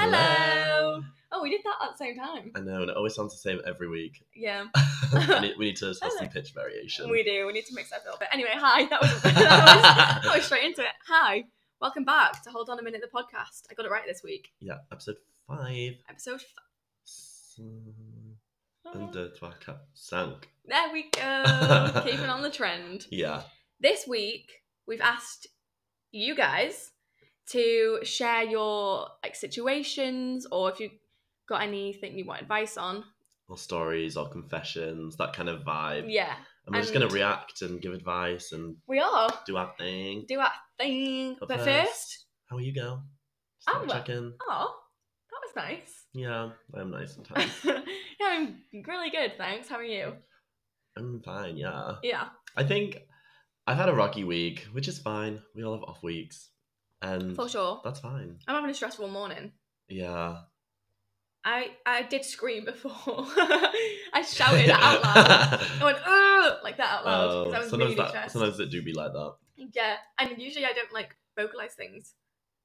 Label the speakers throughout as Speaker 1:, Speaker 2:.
Speaker 1: Hello. Oh, we did that at the same time.
Speaker 2: I know, and it always sounds the same every week.
Speaker 1: Yeah,
Speaker 2: we, need, we need to have some pitch variation.
Speaker 1: we do. We need to mix that up. But anyway, hi. That was, that was, that was straight into it. Hi. Welcome back to Hold On a Minute, the podcast. I got it right this week.
Speaker 2: Yeah, episode five.
Speaker 1: Episode five.
Speaker 2: Sun- Under Dwaka Sank.
Speaker 1: There we go. Keeping on the trend.
Speaker 2: Yeah.
Speaker 1: This week, we've asked you guys to share your like situations or if you got anything you want advice on.
Speaker 2: Or stories or confessions, that kind of vibe.
Speaker 1: Yeah,
Speaker 2: And we're just going
Speaker 1: and-
Speaker 2: to react and give advice and
Speaker 1: we are.
Speaker 2: do our thing.
Speaker 1: Do our thing.
Speaker 2: But
Speaker 1: But
Speaker 2: first-
Speaker 1: first,
Speaker 2: How are you, girl?
Speaker 1: I'm
Speaker 2: Start
Speaker 1: well.
Speaker 2: checking.
Speaker 1: oh, that was nice.
Speaker 2: Yeah, I'm nice sometimes.
Speaker 1: yeah, I'm really good, thanks. How are you?
Speaker 2: I'm fine, yeah.
Speaker 1: Yeah.
Speaker 2: I think I've had a rocky week, which is fine. We all have off weeks. And
Speaker 1: For sure.
Speaker 2: Mm. that's fine.
Speaker 1: I'm having a stressful morning.
Speaker 2: Yeah.
Speaker 1: I I did scream before. I shouted out loud. I went, Ugh! like that out loud.
Speaker 2: Oh,
Speaker 1: Because I was
Speaker 2: sometimes
Speaker 1: really
Speaker 2: that
Speaker 1: stressed.
Speaker 2: sometimes it do be like that.
Speaker 1: Yeah. And usually I don't like vocalise things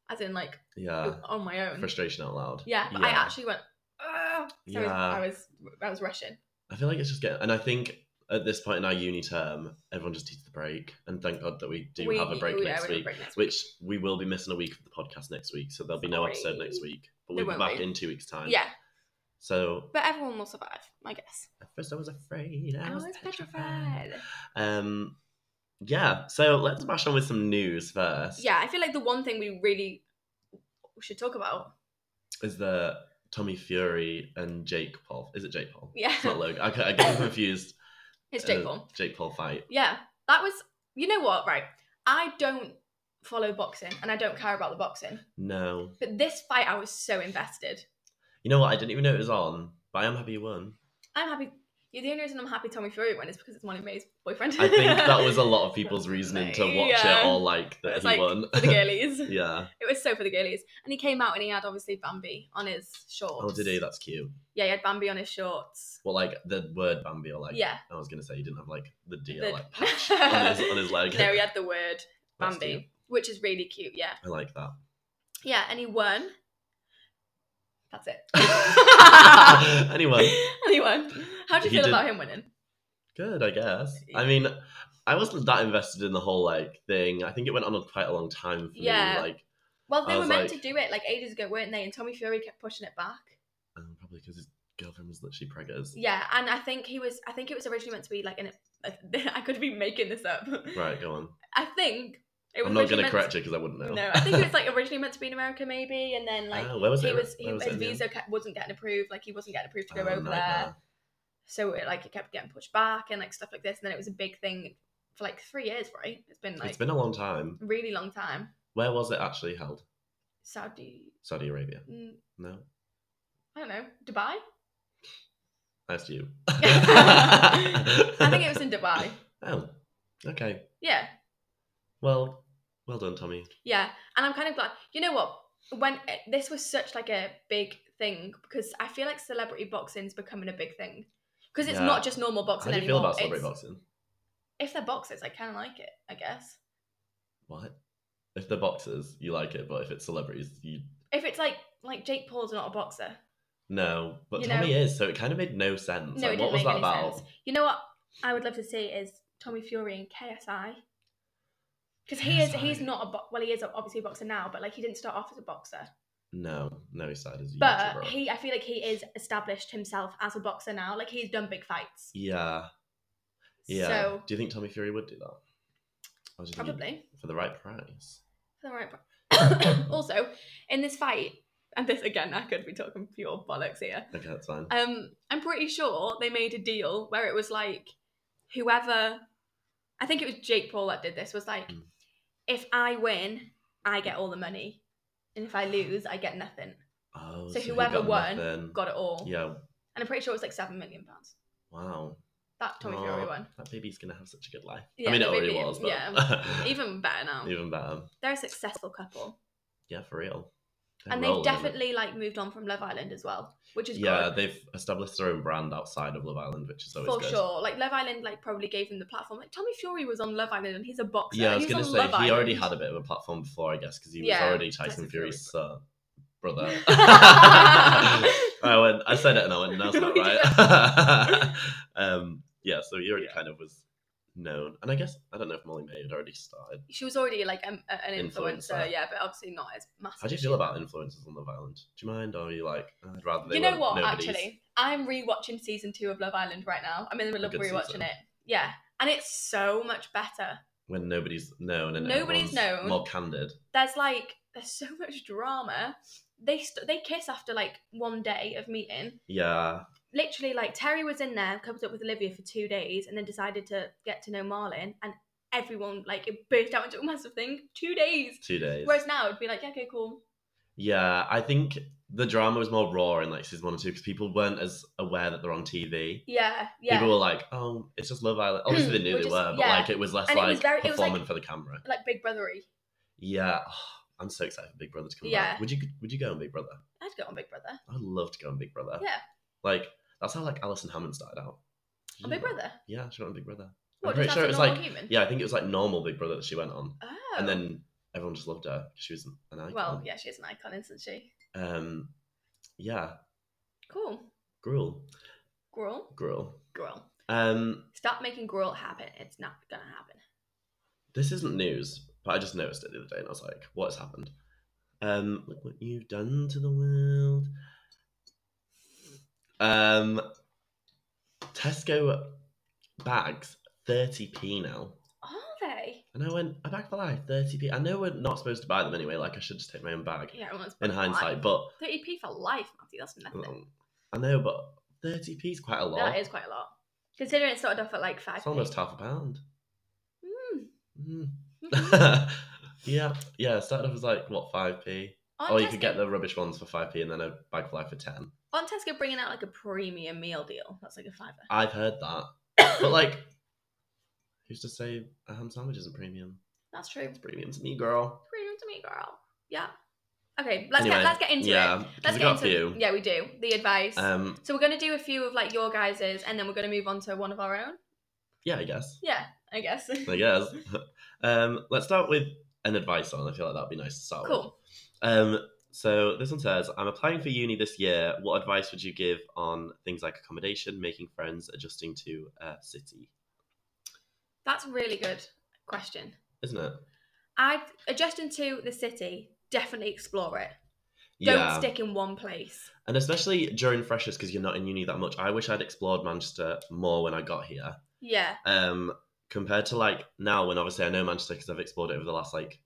Speaker 1: as in like
Speaker 2: Yeah.
Speaker 1: on my own.
Speaker 2: Frustration out loud.
Speaker 1: Yeah, but I
Speaker 2: Uh, Yeah.
Speaker 1: actually went, Ugh! So
Speaker 2: Yeah.
Speaker 1: I, was, I was I was rushing.
Speaker 2: I feel like it's just getting and I think at this point in our uni term, everyone just needs the break. And thank God that we do
Speaker 1: We-
Speaker 2: have a break
Speaker 1: we- yeah, we
Speaker 2: next
Speaker 1: have a
Speaker 2: week.
Speaker 1: break next week.
Speaker 2: Which we will be missing a week of the podcast next week, so there'll be no episode
Speaker 1: Sorry.
Speaker 2: next week. But
Speaker 1: There
Speaker 2: we'll be
Speaker 1: won't
Speaker 2: back
Speaker 1: be.
Speaker 2: in two weeks' time.
Speaker 1: Yeah,
Speaker 2: So
Speaker 1: but everyone will survive, I guess.
Speaker 2: at first I was afraid. I,
Speaker 1: I
Speaker 2: was
Speaker 1: was
Speaker 2: petrified.
Speaker 1: petrified.
Speaker 2: Um, yeah. So let's bash on with some news first.
Speaker 1: Yeah, I feel like the one thing we really should talk about.
Speaker 2: Is the Tommy Fury and Jake Paul? Is it Jake Paul?
Speaker 1: Yeah,
Speaker 2: It's not Logan. I, I get confused.
Speaker 1: it's Jake
Speaker 2: uh,
Speaker 1: Paul.
Speaker 2: Jake Paul fight.
Speaker 1: Yeah, that was. You know what? Right, I don't follow boxing and I don't care about the boxing,
Speaker 2: No.
Speaker 1: but this fight I was so invested.
Speaker 2: You know what? I didn't even know it was on, but I am happy you won.
Speaker 1: I'm happy. yeah, The only reason I'm happy Tommy Fury won is because it's Molly May's boyfriend.
Speaker 2: I think that was a lot of people's reasoning to watch
Speaker 1: Yeah.
Speaker 2: it or like that
Speaker 1: It's
Speaker 2: he
Speaker 1: like
Speaker 2: won.
Speaker 1: for the girlies.
Speaker 2: yeah.
Speaker 1: It was so for the girlies. And he came out and he had obviously Bambi on his shorts.
Speaker 2: Oh, did he? That's cute.
Speaker 1: Yeah, he had Bambi on his shorts.
Speaker 2: Well, like the word Bambi or like.
Speaker 1: yeah.
Speaker 2: I was gonna say he didn't have like the deer
Speaker 1: The-
Speaker 2: like patch on his on his leg.
Speaker 1: no, he had the word
Speaker 2: That's
Speaker 1: Bambi,
Speaker 2: cute.
Speaker 1: which is really cute. Yeah.
Speaker 2: I like that.
Speaker 1: Yeah, and he won. That's it.
Speaker 2: anyway,
Speaker 1: and he won. How do you
Speaker 2: He
Speaker 1: feel
Speaker 2: did-
Speaker 1: about him winning?
Speaker 2: good, I guess. I mean, I wasn't that invested in the whole like thing. I think it went on a- quite a long time for
Speaker 1: Yeah.
Speaker 2: me. Like,
Speaker 1: Well, they
Speaker 2: I
Speaker 1: were
Speaker 2: was
Speaker 1: meant
Speaker 2: like-
Speaker 1: to do it like ages ago, weren't they? And Tommy Fury kept pushing it back.
Speaker 2: um, probably because his girlfriend was literally preggers.
Speaker 1: Yeah, and I think he was. I think it was originally meant to be like an. I could be making this up.
Speaker 2: Right, go on.
Speaker 1: I think it was.
Speaker 2: I'm not
Speaker 1: originally
Speaker 2: gonna
Speaker 1: meant
Speaker 2: correct you because I wouldn't know.
Speaker 1: No, I think it was like originally meant to be in America, maybe, and then like
Speaker 2: oh, where was
Speaker 1: he
Speaker 2: it?
Speaker 1: was, he,
Speaker 2: Where was
Speaker 1: his
Speaker 2: it in the end?
Speaker 1: visa kept, wasn't getting approved. Like he wasn't getting approved to go
Speaker 2: Oh,
Speaker 1: over there,
Speaker 2: nightmare.
Speaker 1: so it, like it kept getting pushed back and like stuff like this. And then it was a big thing for like three years, right? It's been like
Speaker 2: It's been a long time.
Speaker 1: a really long time.
Speaker 2: Where was it actually held?
Speaker 1: Saudi,
Speaker 2: Saudi Arabia.
Speaker 1: mm,
Speaker 2: No,
Speaker 1: I don't know, Dubai.
Speaker 2: that's you.
Speaker 1: I think it was in Dubai.
Speaker 2: Oh, okay.
Speaker 1: Yeah,
Speaker 2: Well, well done, Tommy.
Speaker 1: yeah, and I'm kind of glad. You know what? When eh, this was such like a big thing because I feel like celebrity boxing's becoming a big thing because it's
Speaker 2: Yeah.
Speaker 1: not just normal
Speaker 2: How do
Speaker 1: boxing
Speaker 2: you feel
Speaker 1: anymore.
Speaker 2: about celebrity
Speaker 1: It's-
Speaker 2: boxing?
Speaker 1: if they're boxers, I kind of like it, I guess.
Speaker 2: What? If they're boxers, you like it, but if it's celebrities, you
Speaker 1: If it's like like Jake Paul's not a boxer,
Speaker 2: no. But
Speaker 1: You
Speaker 2: Tommy
Speaker 1: know-
Speaker 2: is, so it kind of made no sense.
Speaker 1: no,
Speaker 2: Like,
Speaker 1: it
Speaker 2: what
Speaker 1: didn't
Speaker 2: was
Speaker 1: make
Speaker 2: that
Speaker 1: any
Speaker 2: about?
Speaker 1: sense. You know what I would love to see is Tommy Fury and KSI because he is he's
Speaker 2: KSI.
Speaker 1: not a bo- well he is obviously a boxer now, but like he didn't start off as a boxer.
Speaker 2: No, no, his side is a
Speaker 1: But
Speaker 2: YouTuber.
Speaker 1: he I feel like he is established himself as a boxer now. Like he's done big fights,
Speaker 2: Yeah, yeah.
Speaker 1: so
Speaker 2: Do you think Tommy Fury would do that? Or do you think he'd-
Speaker 1: probably
Speaker 2: for the right price.
Speaker 1: for the right. pri- also, in this fight, and this again, I could be talking pure bollocks here.
Speaker 2: Okay, that's fine.
Speaker 1: um i'm pretty sure they made a deal where it was like whoever i think it was jake paul that did this was like
Speaker 2: Mm.
Speaker 1: if i win i get all the money and
Speaker 2: Hmm.
Speaker 1: if i lose i get nothing
Speaker 2: Oh,
Speaker 1: so
Speaker 2: he
Speaker 1: whoever
Speaker 2: got
Speaker 1: won
Speaker 2: nothing.
Speaker 1: got it all
Speaker 2: Yeah.
Speaker 1: and i'm pretty sure it was like seven million pounds
Speaker 2: Wow.
Speaker 1: that tommy
Speaker 2: Aw,
Speaker 1: fury won
Speaker 2: That baby's gonna have such a good life.
Speaker 1: Yeah,
Speaker 2: I mean, it
Speaker 1: the
Speaker 2: already
Speaker 1: baby-
Speaker 2: was, but
Speaker 1: yeah. even better now
Speaker 2: even better.
Speaker 1: they're a successful couple
Speaker 2: Yeah, for real. They're
Speaker 1: and
Speaker 2: rolling
Speaker 1: they've
Speaker 2: in it.
Speaker 1: definitely like moved on from love island as well which is
Speaker 2: Yeah,
Speaker 1: good
Speaker 2: they've established their own brand outside of Love Island, which is always
Speaker 1: for
Speaker 2: good.
Speaker 1: sure, like Love Island, like probably gave them the platform. Like Tommy Fury was on Love Island, and he's a boxer.
Speaker 2: Yeah, I was
Speaker 1: He's
Speaker 2: gonna
Speaker 1: on
Speaker 2: say
Speaker 1: Love
Speaker 2: he already
Speaker 1: Island.
Speaker 2: had a bit of a platform before, I guess, because he was
Speaker 1: Yeah,
Speaker 2: already
Speaker 1: Tyson
Speaker 2: Tyson Fury's son. brother. I went, I said it and I went, no, it's not
Speaker 1: We
Speaker 2: right. um, yeah, so he already
Speaker 3: Yeah.
Speaker 2: kind of was known. And I guess, I don't know if Molly May had already started.
Speaker 1: she was already like um, a- an influencer,
Speaker 2: Influencer.
Speaker 1: yeah, but obviously not as massive.
Speaker 2: How do you
Speaker 1: as
Speaker 2: feel
Speaker 1: she
Speaker 2: about influences on Love Island? Do you mind? Or are you like, "Oh, I'd rather they
Speaker 1: you know
Speaker 2: were
Speaker 1: what?
Speaker 2: nobody's."
Speaker 1: Actually, I'm rewatching season two of Love Island right now. I'm in the middle
Speaker 2: A
Speaker 1: of
Speaker 2: good
Speaker 1: rewatching
Speaker 2: season.
Speaker 1: it. Yeah, and it's so much better.
Speaker 2: When nobody's known and
Speaker 1: Nobody's
Speaker 2: everyone's
Speaker 1: known.
Speaker 2: More candid.
Speaker 1: There's like there's so much drama. They st- they kiss after like one day of meeting.
Speaker 2: Yeah.
Speaker 1: Literally, like Terry was in there, covered up with Olivia for two days, and then decided to get to know Marlon. And everyone like it burst out into a massive thing. Two days.
Speaker 2: Two days.
Speaker 1: Whereas now it'd be like, yeah, okay, cool.
Speaker 2: Yeah, I think the drama was more raw in like season one and two because people weren't as aware that they're on TV.
Speaker 1: Yeah, yeah.
Speaker 2: People were like, "Oh, it's just Love Island." Obviously, they knew
Speaker 1: We're
Speaker 2: they
Speaker 1: just-
Speaker 2: were, but
Speaker 1: yeah.
Speaker 2: like it was less
Speaker 1: And it
Speaker 2: like
Speaker 1: was very- it was, like-
Speaker 2: performing for the camera.
Speaker 1: like Big Brothery.
Speaker 2: Yeah, Oh, I'm so excited for Big Brother to come
Speaker 1: Yeah.
Speaker 2: back. Would you Would you go on Big Brother?
Speaker 1: I'd go on Big Brother.
Speaker 2: I'd love to go on Big Brother.
Speaker 1: Yeah.
Speaker 2: like that's how like Alison Hammond started out. Did
Speaker 1: On
Speaker 2: you
Speaker 1: Big
Speaker 2: know
Speaker 1: Brother.
Speaker 2: that? Yeah, she went on Big Brother.
Speaker 1: What?
Speaker 2: I'm pretty
Speaker 1: just
Speaker 2: sure
Speaker 1: after
Speaker 2: it was
Speaker 1: Normal
Speaker 2: like
Speaker 1: human.
Speaker 2: yeah, I think it was like normal Big Brother that she went on,
Speaker 1: Oh.
Speaker 2: and then um, everyone just loved her. She was an an icon.
Speaker 1: Well, yeah, she is an icon, isn't she?
Speaker 2: Um, yeah,
Speaker 1: Cool.
Speaker 2: gruel,
Speaker 1: Gruel.
Speaker 2: gruel.
Speaker 1: Gruel.
Speaker 2: Um,
Speaker 1: Stop making gruel happen. It's not gonna happen.
Speaker 2: this isn't news, but I just noticed it the other day and I was like, what's happened? Um, look what you've done to the world. Um, Tesco bags 30p now.
Speaker 1: Are they?
Speaker 2: And I went, a bag for life, 30p. I know we're not supposed to buy them anyway, like I should just take my own bag
Speaker 1: Yeah, everyone's
Speaker 2: in hindsight, but
Speaker 1: Thirty E p for life, Matthew. That's nothing.
Speaker 2: um, I know, but 30p is quite a lot.
Speaker 1: That is quite a lot. Considering it started off at like five.
Speaker 2: it's almost half a pound.
Speaker 1: Mm.
Speaker 2: Mm.
Speaker 1: Mhm.
Speaker 2: yeah, yeah, started off as like, what, 5p?
Speaker 1: Aren't
Speaker 2: Or Oh, you could
Speaker 1: Tesco-
Speaker 2: get the rubbish ones for 5p and then a bag for life for 10.
Speaker 1: aren't Tesco bringing out like a premium meal deal? That's like a fiver.
Speaker 2: I've heard that. But like, who's to say a ham sandwich isn't premium?
Speaker 1: That's true.
Speaker 2: It's premium to me, girl.
Speaker 1: Premium to me, girl. Yeah. Okay, let's
Speaker 2: Anyway,
Speaker 1: get let's get into it.
Speaker 2: yeah, 'cause
Speaker 1: Let's get
Speaker 2: we got
Speaker 1: into
Speaker 2: a few.
Speaker 1: yeah, we do the advice.
Speaker 2: Um,
Speaker 1: so we're gonna do a few of like your guys's, and then we're gonna move on to one of our own.
Speaker 2: yeah, I guess.
Speaker 1: Yeah, I guess.
Speaker 2: I guess. um, let's start with an advice on. I feel like that'd be nice to start
Speaker 1: cool.
Speaker 2: with. Um, so this one says, I'm applying for uni this year. What advice would you give on things like accommodation, making friends, adjusting to a city?
Speaker 1: That's a really good question.
Speaker 2: Isn't it?
Speaker 1: I adjusting to the city, definitely explore it. Don't stick in one place.
Speaker 2: And especially during freshers, because you're not in uni that much. I wish I'd explored Manchester more when I got here.
Speaker 1: Yeah.
Speaker 2: Um, compared to like now, when obviously I know Manchester because I've explored it over the last like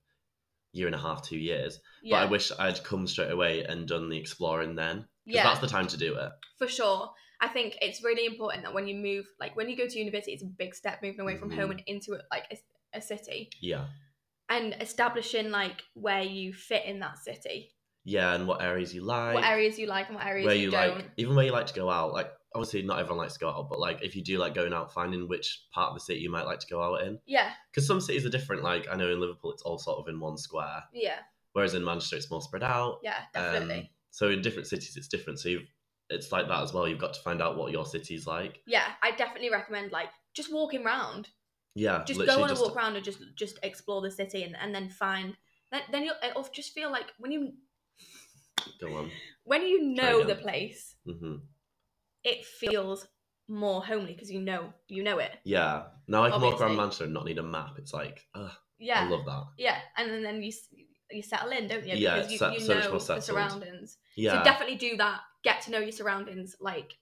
Speaker 2: year and a half, two years.
Speaker 1: Yeah.
Speaker 2: But I wish I'd come straight away and done the exploring then. 'cause
Speaker 1: yeah.
Speaker 2: that's the time to do it.
Speaker 1: for sure. I think it's really important that when you move, like when you go to university, it's a big step moving away from
Speaker 2: Mhm.
Speaker 1: home and into like a, a city
Speaker 2: Yeah.
Speaker 1: and establishing like where you fit in that city,
Speaker 2: Yeah, and what areas you like.
Speaker 1: what areas you like and what areas
Speaker 2: where
Speaker 1: you,
Speaker 2: you,
Speaker 1: don't.
Speaker 2: like even where you like to go out, like obviously not everyone likes to go out, but like if you do like going out, finding which part of the city you might like to go out in.
Speaker 1: yeah,
Speaker 2: Because some cities are different, like I know in Liverpool it's all sort of in one square.
Speaker 1: yeah,
Speaker 2: Whereas in Manchester it's more spread out.
Speaker 1: yeah,
Speaker 2: Um,
Speaker 1: definitely.
Speaker 2: so in different cities, it's different. So you've, it's like that as well. You've got to find out what your city's like.
Speaker 1: yeah, I definitely recommend like just walking round.
Speaker 2: Yeah,
Speaker 1: just
Speaker 2: literally
Speaker 1: go on
Speaker 2: just-
Speaker 1: a walk around and just just explore the city and, and then find then, then you'll it'll just feel like when you
Speaker 2: Go on.
Speaker 1: when you
Speaker 2: Try
Speaker 1: know the
Speaker 2: again.
Speaker 1: place
Speaker 2: hmm
Speaker 1: it feels more homely because you know you know it
Speaker 2: Yeah. Now I can walk
Speaker 1: Obviously.
Speaker 2: around Manchester and not need a map. It's like, ugh, I
Speaker 1: yeah
Speaker 2: love that.
Speaker 1: yeah and then, then you s- you settle in don't you
Speaker 2: Yeah,
Speaker 1: because
Speaker 2: it's
Speaker 1: you,
Speaker 2: so-
Speaker 1: you
Speaker 2: so much
Speaker 1: know
Speaker 2: more
Speaker 1: the
Speaker 2: settled.
Speaker 1: surroundings
Speaker 2: Yeah.
Speaker 1: so definitely do that get to know your surroundings like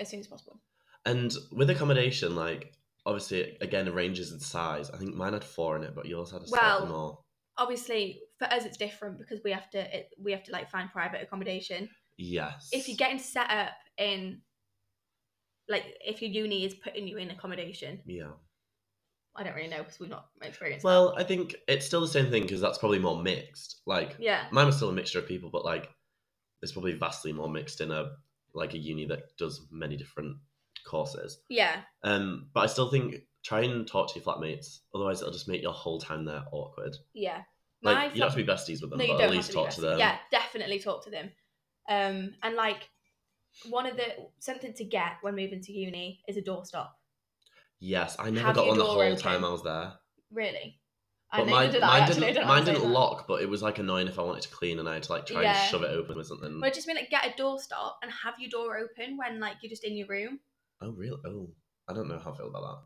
Speaker 1: as soon as possible
Speaker 2: and with accommodation, like obviously it, again it ranges in size. I think mine had four in it, but yours had a
Speaker 1: Well,
Speaker 2: slightly more.
Speaker 1: obviously for us it's different because we have to it, we have to like find private accommodation
Speaker 2: Yes.
Speaker 1: if you're getting set up in like if your uni is putting you in accommodation
Speaker 2: Yeah.
Speaker 1: i don't really know because we've not experienced that.
Speaker 2: Well, I think it's still the same thing because that's probably more mixed. Like
Speaker 1: yeah
Speaker 2: mine was still a mixture of people, but like it's probably vastly more mixed in a like a uni that does many different courses.
Speaker 1: yeah
Speaker 2: Um, but I still think try and talk to your flatmates. Otherwise, it'll just make your whole time there awkward.
Speaker 1: yeah
Speaker 2: Like
Speaker 1: My
Speaker 2: you don't
Speaker 1: flat-
Speaker 2: have to be besties with them,
Speaker 1: no you
Speaker 2: but
Speaker 1: don't
Speaker 2: at
Speaker 1: have
Speaker 2: least
Speaker 1: to be
Speaker 2: talk
Speaker 1: best-
Speaker 2: to them.
Speaker 1: yeah definitely talk to them um and like one of the something to get when moving to uni is a doorstop
Speaker 2: Yes, I never
Speaker 1: Have
Speaker 2: got
Speaker 1: your
Speaker 2: one the
Speaker 1: door
Speaker 2: whole
Speaker 1: open.
Speaker 2: time I was there.
Speaker 1: really I
Speaker 2: But
Speaker 1: neither
Speaker 2: mine,
Speaker 1: did I,
Speaker 2: mine
Speaker 1: actually. I
Speaker 2: didn't,
Speaker 1: don't know how
Speaker 2: mine
Speaker 1: to say
Speaker 2: didn't
Speaker 1: that.
Speaker 2: lock, but it was like annoying if I wanted to clean and I had to like try
Speaker 1: Yeah.
Speaker 2: and shove it open or something.
Speaker 1: Well, it just mean like get a door stop and have your door open when like you're just in your room,
Speaker 2: oh, really? Oh, I don't know how I feel about that.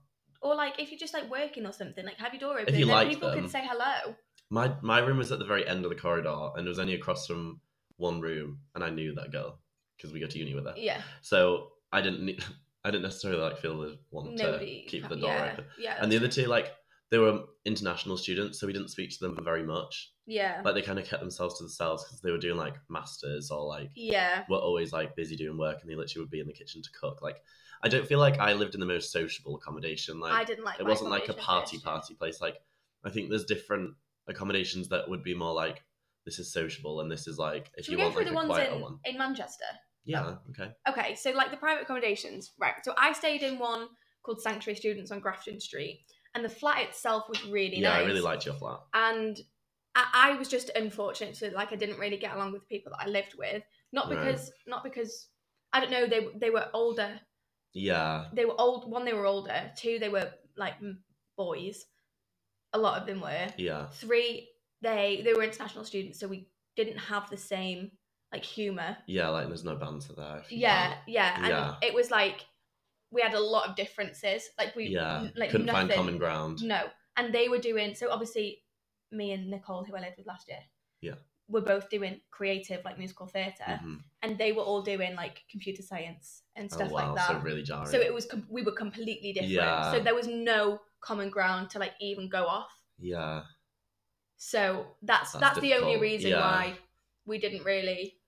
Speaker 1: or like if you're just like working or something, like have your door open.
Speaker 2: you
Speaker 1: then
Speaker 2: like
Speaker 1: people can
Speaker 2: them.
Speaker 1: say hello.
Speaker 2: My my room was at the very end of the corridor, and it was only across from one room, and I knew that girl because we go to uni with her.
Speaker 1: Yeah,
Speaker 2: So I didn't need, I didn't necessarily like feel the want
Speaker 1: nobody.
Speaker 2: to keep the
Speaker 1: ca-
Speaker 2: door
Speaker 1: yeah,
Speaker 2: open.
Speaker 1: Yeah,
Speaker 2: And the other two, like they were international students, so we didn't speak to them very much.
Speaker 1: yeah,
Speaker 2: Like they kind of kept themselves to themselves because they were doing like masters or like
Speaker 1: yeah,
Speaker 2: were always like busy doing work, and they literally would be in the kitchen to cook. Like I don't feel like I lived in the most sociable accommodation. Like
Speaker 1: I didn't like.
Speaker 2: it
Speaker 1: my
Speaker 2: wasn't like a
Speaker 1: accommodation
Speaker 2: party
Speaker 1: first.
Speaker 2: party place like i think there's different accommodations that would be more like this is sociable and this is like if
Speaker 1: Should
Speaker 2: you
Speaker 1: we go
Speaker 2: want
Speaker 1: through the
Speaker 2: like a
Speaker 1: ones
Speaker 2: quieter
Speaker 1: in,
Speaker 2: one
Speaker 1: in Manchester?
Speaker 2: yeah okay
Speaker 1: Okay, so like the private accommodations, right? So I stayed in one called Sanctuary Students on Grafton Street, and the flat itself was really
Speaker 2: yeah
Speaker 1: nice.
Speaker 2: i really liked your flat
Speaker 1: and I, I was just unfortunate so like I didn't really get along with the people that I lived with not
Speaker 2: Right.
Speaker 1: because not because I don't know they they were older
Speaker 2: yeah
Speaker 1: they were old one they were older two they were like m- boys a lot of them were
Speaker 2: yeah
Speaker 1: three they they were international students so we didn't have the same like humor
Speaker 2: yeah like there's no banter there if you
Speaker 1: yeah
Speaker 2: can't-
Speaker 1: yeah and
Speaker 2: Yeah.
Speaker 1: it was like we had a lot of differences like we
Speaker 2: yeah
Speaker 1: like
Speaker 2: couldn't
Speaker 1: nothing
Speaker 2: find common ground
Speaker 1: no. And they were doing so obviously me and Nicole, who I lived with last year,
Speaker 2: Yeah.
Speaker 1: were both doing creative like musical theatre
Speaker 2: Mhm.
Speaker 1: and they were all doing like computer science and
Speaker 2: oh
Speaker 1: stuff
Speaker 2: wow
Speaker 1: like that.
Speaker 2: so really jarring
Speaker 1: So it was com- we were completely different.
Speaker 2: Yeah.
Speaker 1: So there was no common ground to like even go off.
Speaker 2: yeah
Speaker 1: So that's that's,
Speaker 2: That's
Speaker 1: the only
Speaker 2: difficult,
Speaker 1: reason
Speaker 2: yeah.
Speaker 1: why we didn't really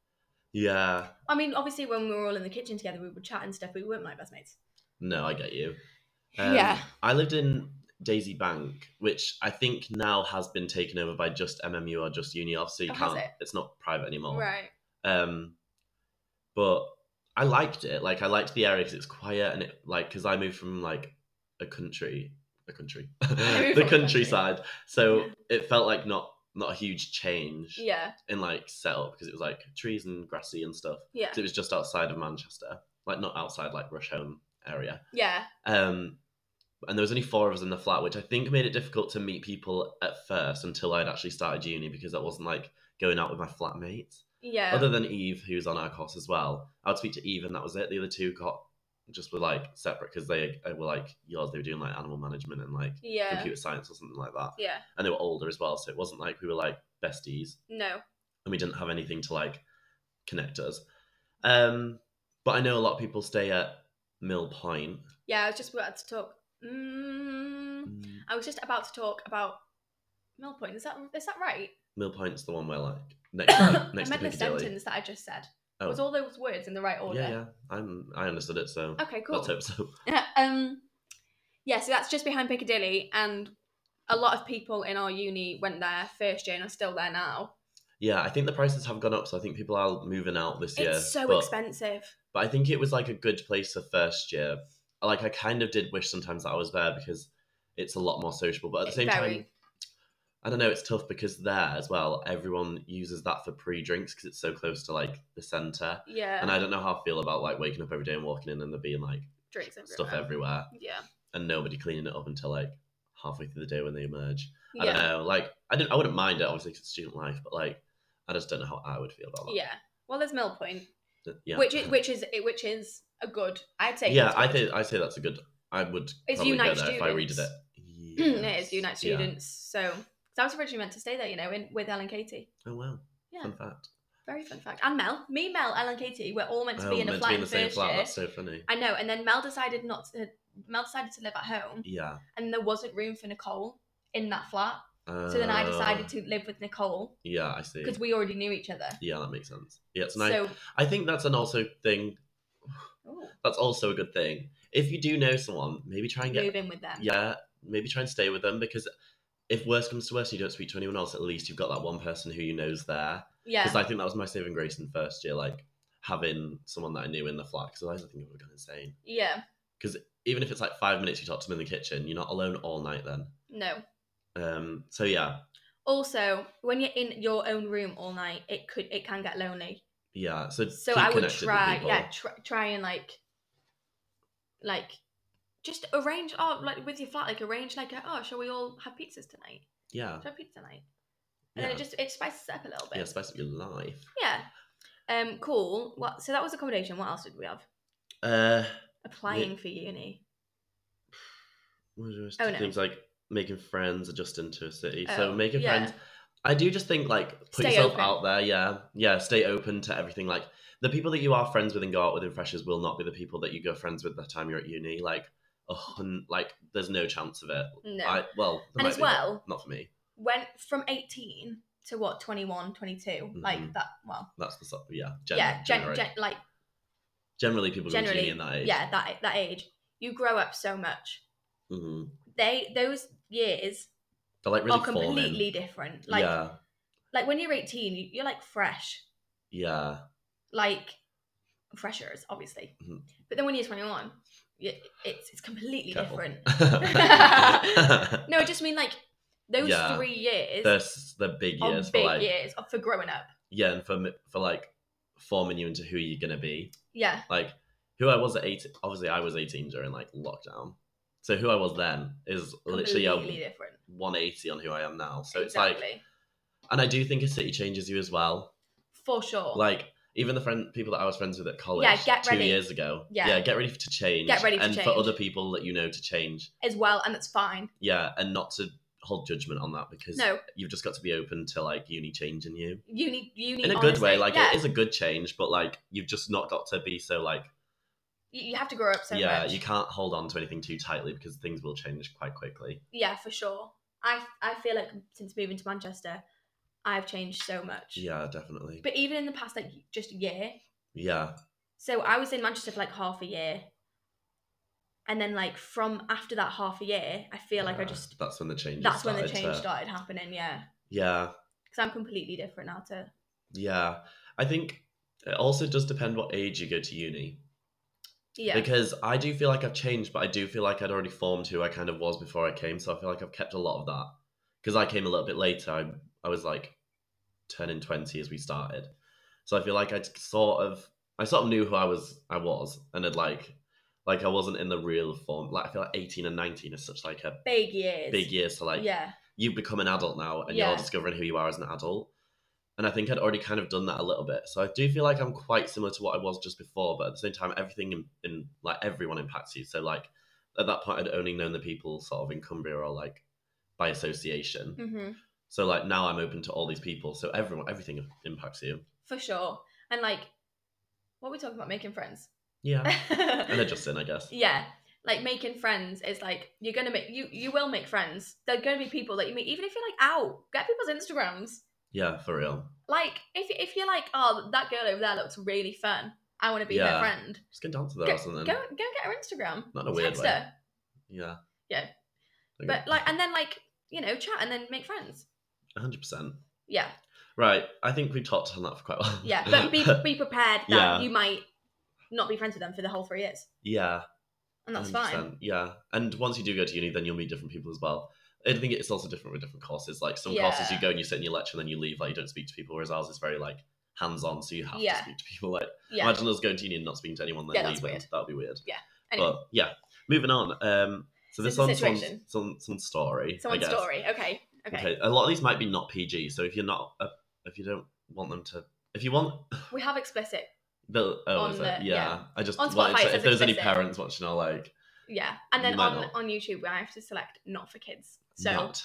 Speaker 2: yeah
Speaker 1: I mean, obviously when we were all in the kitchen together we would chat and stuff, but we weren't like best mates.
Speaker 2: no i get you Um,
Speaker 1: Yeah.
Speaker 2: i lived in daisy bank which i think now has been taken over by just mmu or just uni obviously you
Speaker 1: Oh, has
Speaker 2: can't
Speaker 1: it?
Speaker 2: it's not private anymore
Speaker 1: Right.
Speaker 2: um but i liked it like i liked the area because it's quiet and it like because i moved from like a country a country
Speaker 1: moved
Speaker 2: the
Speaker 1: from a country.
Speaker 2: countryside so it felt like not not a huge change
Speaker 1: Yeah.
Speaker 2: in like setup because it was like trees and grassy and stuff
Speaker 1: Yeah.
Speaker 2: 'Cause it was just outside of manchester like not outside like rush home area
Speaker 1: Yeah.
Speaker 2: um and there was only four of us in the flat which i think made it difficult to meet people at first until i'd actually started uni because i wasn't like going out with my flatmates
Speaker 1: Yeah.
Speaker 2: other than Eve, who's on our course as well, I would speak to Eve, and that was it. The other two got just were like separate because they uh, were like yours. They were doing like animal management and like
Speaker 1: yeah.
Speaker 2: computer science or something like that,
Speaker 1: Yeah.
Speaker 2: and they were older as well. So it wasn't like we were like besties,
Speaker 1: No.
Speaker 2: and we didn't have anything to like connect us. Um, but I know a lot of people stay at Mill Point.
Speaker 1: Yeah, I was just about to talk. Mm, I was just about to talk about Mill Point. Is that is that right?
Speaker 2: Mill Point's the one where like next to,
Speaker 1: I
Speaker 2: next to
Speaker 1: meant the
Speaker 2: Piccadilly.
Speaker 1: sentence that I just said.
Speaker 2: Oh.
Speaker 1: Was all those words in the right order?
Speaker 2: Yeah, yeah. I'm I understood it, so
Speaker 1: Okay, cool.
Speaker 2: let's hope so.
Speaker 1: um, yeah, so that's just behind Piccadilly, and a lot of people in our uni went there first year and are still there now.
Speaker 2: Yeah, I think the prices have gone up, so I think people are moving out this year.
Speaker 1: it's so
Speaker 2: but-
Speaker 1: expensive.
Speaker 2: but I think it was like a good place for first year. Like I kind of did wish sometimes that I was there because it's a lot more sociable. But at the same
Speaker 1: Very.
Speaker 2: time, I don't know. It's tough because there as well, everyone uses that for pre-drinks because it's so close to like the center.
Speaker 1: Yeah.
Speaker 2: And I don't know how I feel about like waking up every day and walking in and there being like
Speaker 1: drinks everywhere.
Speaker 2: stuff everywhere
Speaker 1: Yeah.
Speaker 2: and nobody cleaning it up until like halfway through the day when they emerge. I
Speaker 1: yeah.
Speaker 2: don't know. Like I didn't. I wouldn't mind it obviously 'cause it's student life, but like I just don't know how I would feel about that.
Speaker 1: Yeah. Well, there's Mill Point,
Speaker 2: Yeah.
Speaker 1: which is, which is which is a good. I'd say.
Speaker 2: yeah,
Speaker 1: it's
Speaker 2: I
Speaker 1: good.
Speaker 2: think I say that's a good. I would
Speaker 1: It's
Speaker 2: probably
Speaker 1: Unite
Speaker 2: go there if I read it.
Speaker 1: Students. it is Unite
Speaker 2: Yes. Yeah.
Speaker 1: Students. So 'cause I was originally meant to stay there, you know, in, with Ellen Katie.
Speaker 2: Oh wow!
Speaker 1: Yeah.
Speaker 2: Fun fact.
Speaker 1: Very fun fact. And Mel, me, Mel, Ellen Katie, we're all meant to
Speaker 2: Oh,
Speaker 1: be in a
Speaker 2: meant
Speaker 1: flat
Speaker 2: to be in
Speaker 1: in
Speaker 2: the same
Speaker 1: first
Speaker 2: flat.
Speaker 1: year.
Speaker 2: That's so funny.
Speaker 1: I know. And then Mel decided not to. Mel decided to live at home,
Speaker 2: Yeah.
Speaker 1: and there wasn't room for Nicole in that flat. So then I
Speaker 2: Uh,
Speaker 1: decided to live with Nicole
Speaker 2: Yeah, I see.
Speaker 1: because we already knew each other.
Speaker 2: Yeah, that makes sense. Yeah, it's nice.
Speaker 1: So
Speaker 2: I think that's an also thing.
Speaker 1: ooh,
Speaker 2: That's also a good thing. If you do know someone, maybe try and get
Speaker 1: move in with them.
Speaker 2: yeah, maybe try and stay with them because if worse comes to worse and you don't speak to anyone else, at least you've got that one person who you knows there.
Speaker 1: Yeah.
Speaker 2: Because I think that was my saving grace in first year, like having someone that I knew in the flat. Because otherwise, I think I would have gone insane.
Speaker 1: Yeah.
Speaker 2: even if it's like five minutes you talk to them in the kitchen, you're not alone all night then.
Speaker 1: No.
Speaker 2: Um, so yeah,
Speaker 1: Also, when you're in your own room all night, it could it can get lonely.
Speaker 2: yeah. So,
Speaker 1: so
Speaker 2: keep
Speaker 1: I would
Speaker 2: connected with
Speaker 1: try,
Speaker 2: people.
Speaker 1: yeah, try, try and like, like, just arrange. Oh, like with your flat, like arrange like, a, oh, shall we all have pizzas tonight?
Speaker 2: Yeah.
Speaker 1: Should I have pizza night? And then
Speaker 2: Yeah.
Speaker 1: it just it spices it up a little bit.
Speaker 2: yeah, spice up your life.
Speaker 1: Yeah. Um, cool. What? So that was accommodation. What else did we have?
Speaker 2: Uh,
Speaker 1: Applying for uni.
Speaker 2: what was the rest
Speaker 1: Oh,
Speaker 2: of
Speaker 1: no.
Speaker 2: things like making friends, adjusting to a city. so
Speaker 1: Oh,
Speaker 2: making
Speaker 1: yeah.
Speaker 2: friends. I do just think like put
Speaker 1: Stay
Speaker 2: yourself
Speaker 1: open.
Speaker 2: out there. Yeah, yeah. Stay open to everything. Like the people that you are friends with and go out with in freshers will not be the people that you go friends with the time you're at uni. Like a hun- like there's no chance of it.
Speaker 1: No.
Speaker 2: I well,
Speaker 1: and
Speaker 2: there might
Speaker 1: as
Speaker 2: be, but
Speaker 1: well,
Speaker 2: not for me.
Speaker 1: went from 18 to what 21, 22.
Speaker 2: Mhm.
Speaker 1: Like that. Well,
Speaker 2: That's the sort. Yeah, gen-
Speaker 1: yeah. Gen,
Speaker 2: generally.
Speaker 1: gen, like
Speaker 2: generally people go to
Speaker 1: generally,
Speaker 2: uni in that age.
Speaker 1: yeah, that that age, you grow up so much.
Speaker 2: hmm
Speaker 1: They those years
Speaker 2: They're like really
Speaker 1: are
Speaker 2: falling.
Speaker 1: completely different. Like
Speaker 2: yeah,
Speaker 1: like when you're 18, you- you're like fresh,
Speaker 2: yeah.
Speaker 1: like freshers, obviously.
Speaker 2: Mhm.
Speaker 1: But then when you're 21, you, it's it's completely
Speaker 2: Careful.
Speaker 1: different.
Speaker 2: They're
Speaker 1: No, I just mean like those
Speaker 2: Yeah.
Speaker 1: three years
Speaker 2: s- they're big
Speaker 1: are
Speaker 2: years
Speaker 1: Oh, big
Speaker 2: for like
Speaker 1: years of- for growing up.
Speaker 2: yeah, and for m- for like forming you into who you're gonna be.
Speaker 1: Yeah,
Speaker 2: Like who I was at eighteen. Obviously, I was eighteen during like lockdown. So who I was then is
Speaker 1: completely
Speaker 2: literally a
Speaker 1: different.
Speaker 2: 180 on who I am now. So
Speaker 1: exactly,
Speaker 2: it's like, and I do think a city changes you as well.
Speaker 1: for sure.
Speaker 2: Like even the friend people that I was friends with at college,
Speaker 1: Yeah, get
Speaker 2: two
Speaker 1: ready.
Speaker 2: years ago.
Speaker 1: Yeah.
Speaker 2: yeah, get ready to change.
Speaker 1: Get ready to
Speaker 2: and for
Speaker 1: change.
Speaker 2: other people that you know to change.
Speaker 1: as well, and it's fine.
Speaker 2: yeah and not to hold judgment on that because
Speaker 1: No,
Speaker 2: you've just got to be open to like uni changing you
Speaker 1: uni, uni
Speaker 2: in a good
Speaker 1: honestly,
Speaker 2: way like
Speaker 1: yeah.
Speaker 2: it is a good change but like you've just not got to be so like
Speaker 1: you, you have to grow up so
Speaker 2: yeah
Speaker 1: much.
Speaker 2: you can't hold on to anything too tightly because things will change quite quickly
Speaker 1: yeah, for sure. I I feel like since moving to Manchester, I've changed so much.
Speaker 2: yeah definitely
Speaker 1: But even in the past, like just a year.
Speaker 2: yeah
Speaker 1: So I was in Manchester for like half a year, and then like from after that half a year, I feel like I
Speaker 2: Yeah.
Speaker 1: just
Speaker 2: that's when the change
Speaker 1: that's when the
Speaker 2: started
Speaker 1: change
Speaker 2: to-
Speaker 1: started happening. Yeah,
Speaker 2: yeah
Speaker 1: because I'm completely different now to
Speaker 2: yeah i think it also does depend what age you go to uni
Speaker 1: yeah.
Speaker 2: because i do feel like i've changed but i do feel like i'd already formed who i kind of was before i came so i feel like i've kept a lot of that because i came a little bit later I, I was like turning 20 as we started so i feel like i sort of i sort of knew who i was i was and had like like i wasn't in the real form like i feel like 18 and 19 is such like a
Speaker 1: big years.
Speaker 2: big year so like
Speaker 1: yeah,
Speaker 2: you've become an adult now and
Speaker 1: Yeah.
Speaker 2: you're discovering who you are as an adult and i think i'd already kind of done that a little bit so i do feel like i'm quite similar to what i was just before but at the same time everything in, in like everyone impacts you so like at that point i'd only known the people sort of in cumbria or like by association
Speaker 1: hmm
Speaker 2: so like now i'm open to all these people so everyone everything impacts you
Speaker 1: for sure. And like, what are we talking about? Making friends.
Speaker 2: yeah and adjusting i guess
Speaker 1: yeah like making friends is like you're gonna make you you will make friends there are gonna be people that you meet even if you're like out get people's instagrams
Speaker 2: yeah for real
Speaker 1: like if, if you're like oh that girl over there looks really fun i want to be
Speaker 2: Yeah.
Speaker 1: her friend
Speaker 2: just get down to
Speaker 1: go,
Speaker 2: there
Speaker 1: go
Speaker 2: or
Speaker 1: go
Speaker 2: something
Speaker 1: and get her instagram
Speaker 2: Not in a weird
Speaker 1: Text
Speaker 2: way.
Speaker 1: her.
Speaker 2: yeah
Speaker 1: Yeah.
Speaker 2: Okay.
Speaker 1: but like and then like you know chat and then make friends
Speaker 2: 100%
Speaker 1: yeah
Speaker 2: right i think we talked on that for quite a while
Speaker 1: yeah but be, be prepared that
Speaker 2: Yeah.
Speaker 1: you might not be friends with them for the whole three years
Speaker 2: yeah
Speaker 1: and that's
Speaker 2: 100%,
Speaker 1: fine
Speaker 2: Yeah, and once you do go to uni, then you'll meet different people as well. I think it's also different with different courses. Like some courses,
Speaker 1: Yeah.
Speaker 2: you go and you sit in your lecture, and then you leave. Like you don't speak to people. Whereas ours is very like hands-on, so you have
Speaker 1: Yeah.
Speaker 2: to speak to people. Like
Speaker 1: yeah
Speaker 2: imagine us going to uni and not speaking to anyone, then
Speaker 1: Yeah, that's
Speaker 2: leaving.
Speaker 1: weird.
Speaker 2: That would be weird.
Speaker 1: Yeah. Anyway.
Speaker 2: But yeah, moving on. Um, so this
Speaker 1: It's a
Speaker 2: one's some,
Speaker 1: situation.
Speaker 2: some some story. I
Speaker 1: someone's
Speaker 2: guess.
Speaker 1: story okay okay,
Speaker 2: A lot of these might be not PG. So if you're not, uh, if you don't want them to, if you want
Speaker 1: we have explicit
Speaker 2: the, oh,
Speaker 1: On
Speaker 2: is it?
Speaker 1: the-
Speaker 2: yeah.
Speaker 1: yeah.
Speaker 2: I just
Speaker 1: On
Speaker 2: wanted
Speaker 1: Spotify, it
Speaker 2: to, if
Speaker 1: says
Speaker 2: there's any
Speaker 1: explicit.
Speaker 2: parents watching, are like
Speaker 1: Yeah, and
Speaker 2: You
Speaker 1: then
Speaker 2: might
Speaker 1: on,
Speaker 2: not.
Speaker 1: on YouTube, I have to select not for kids, so not,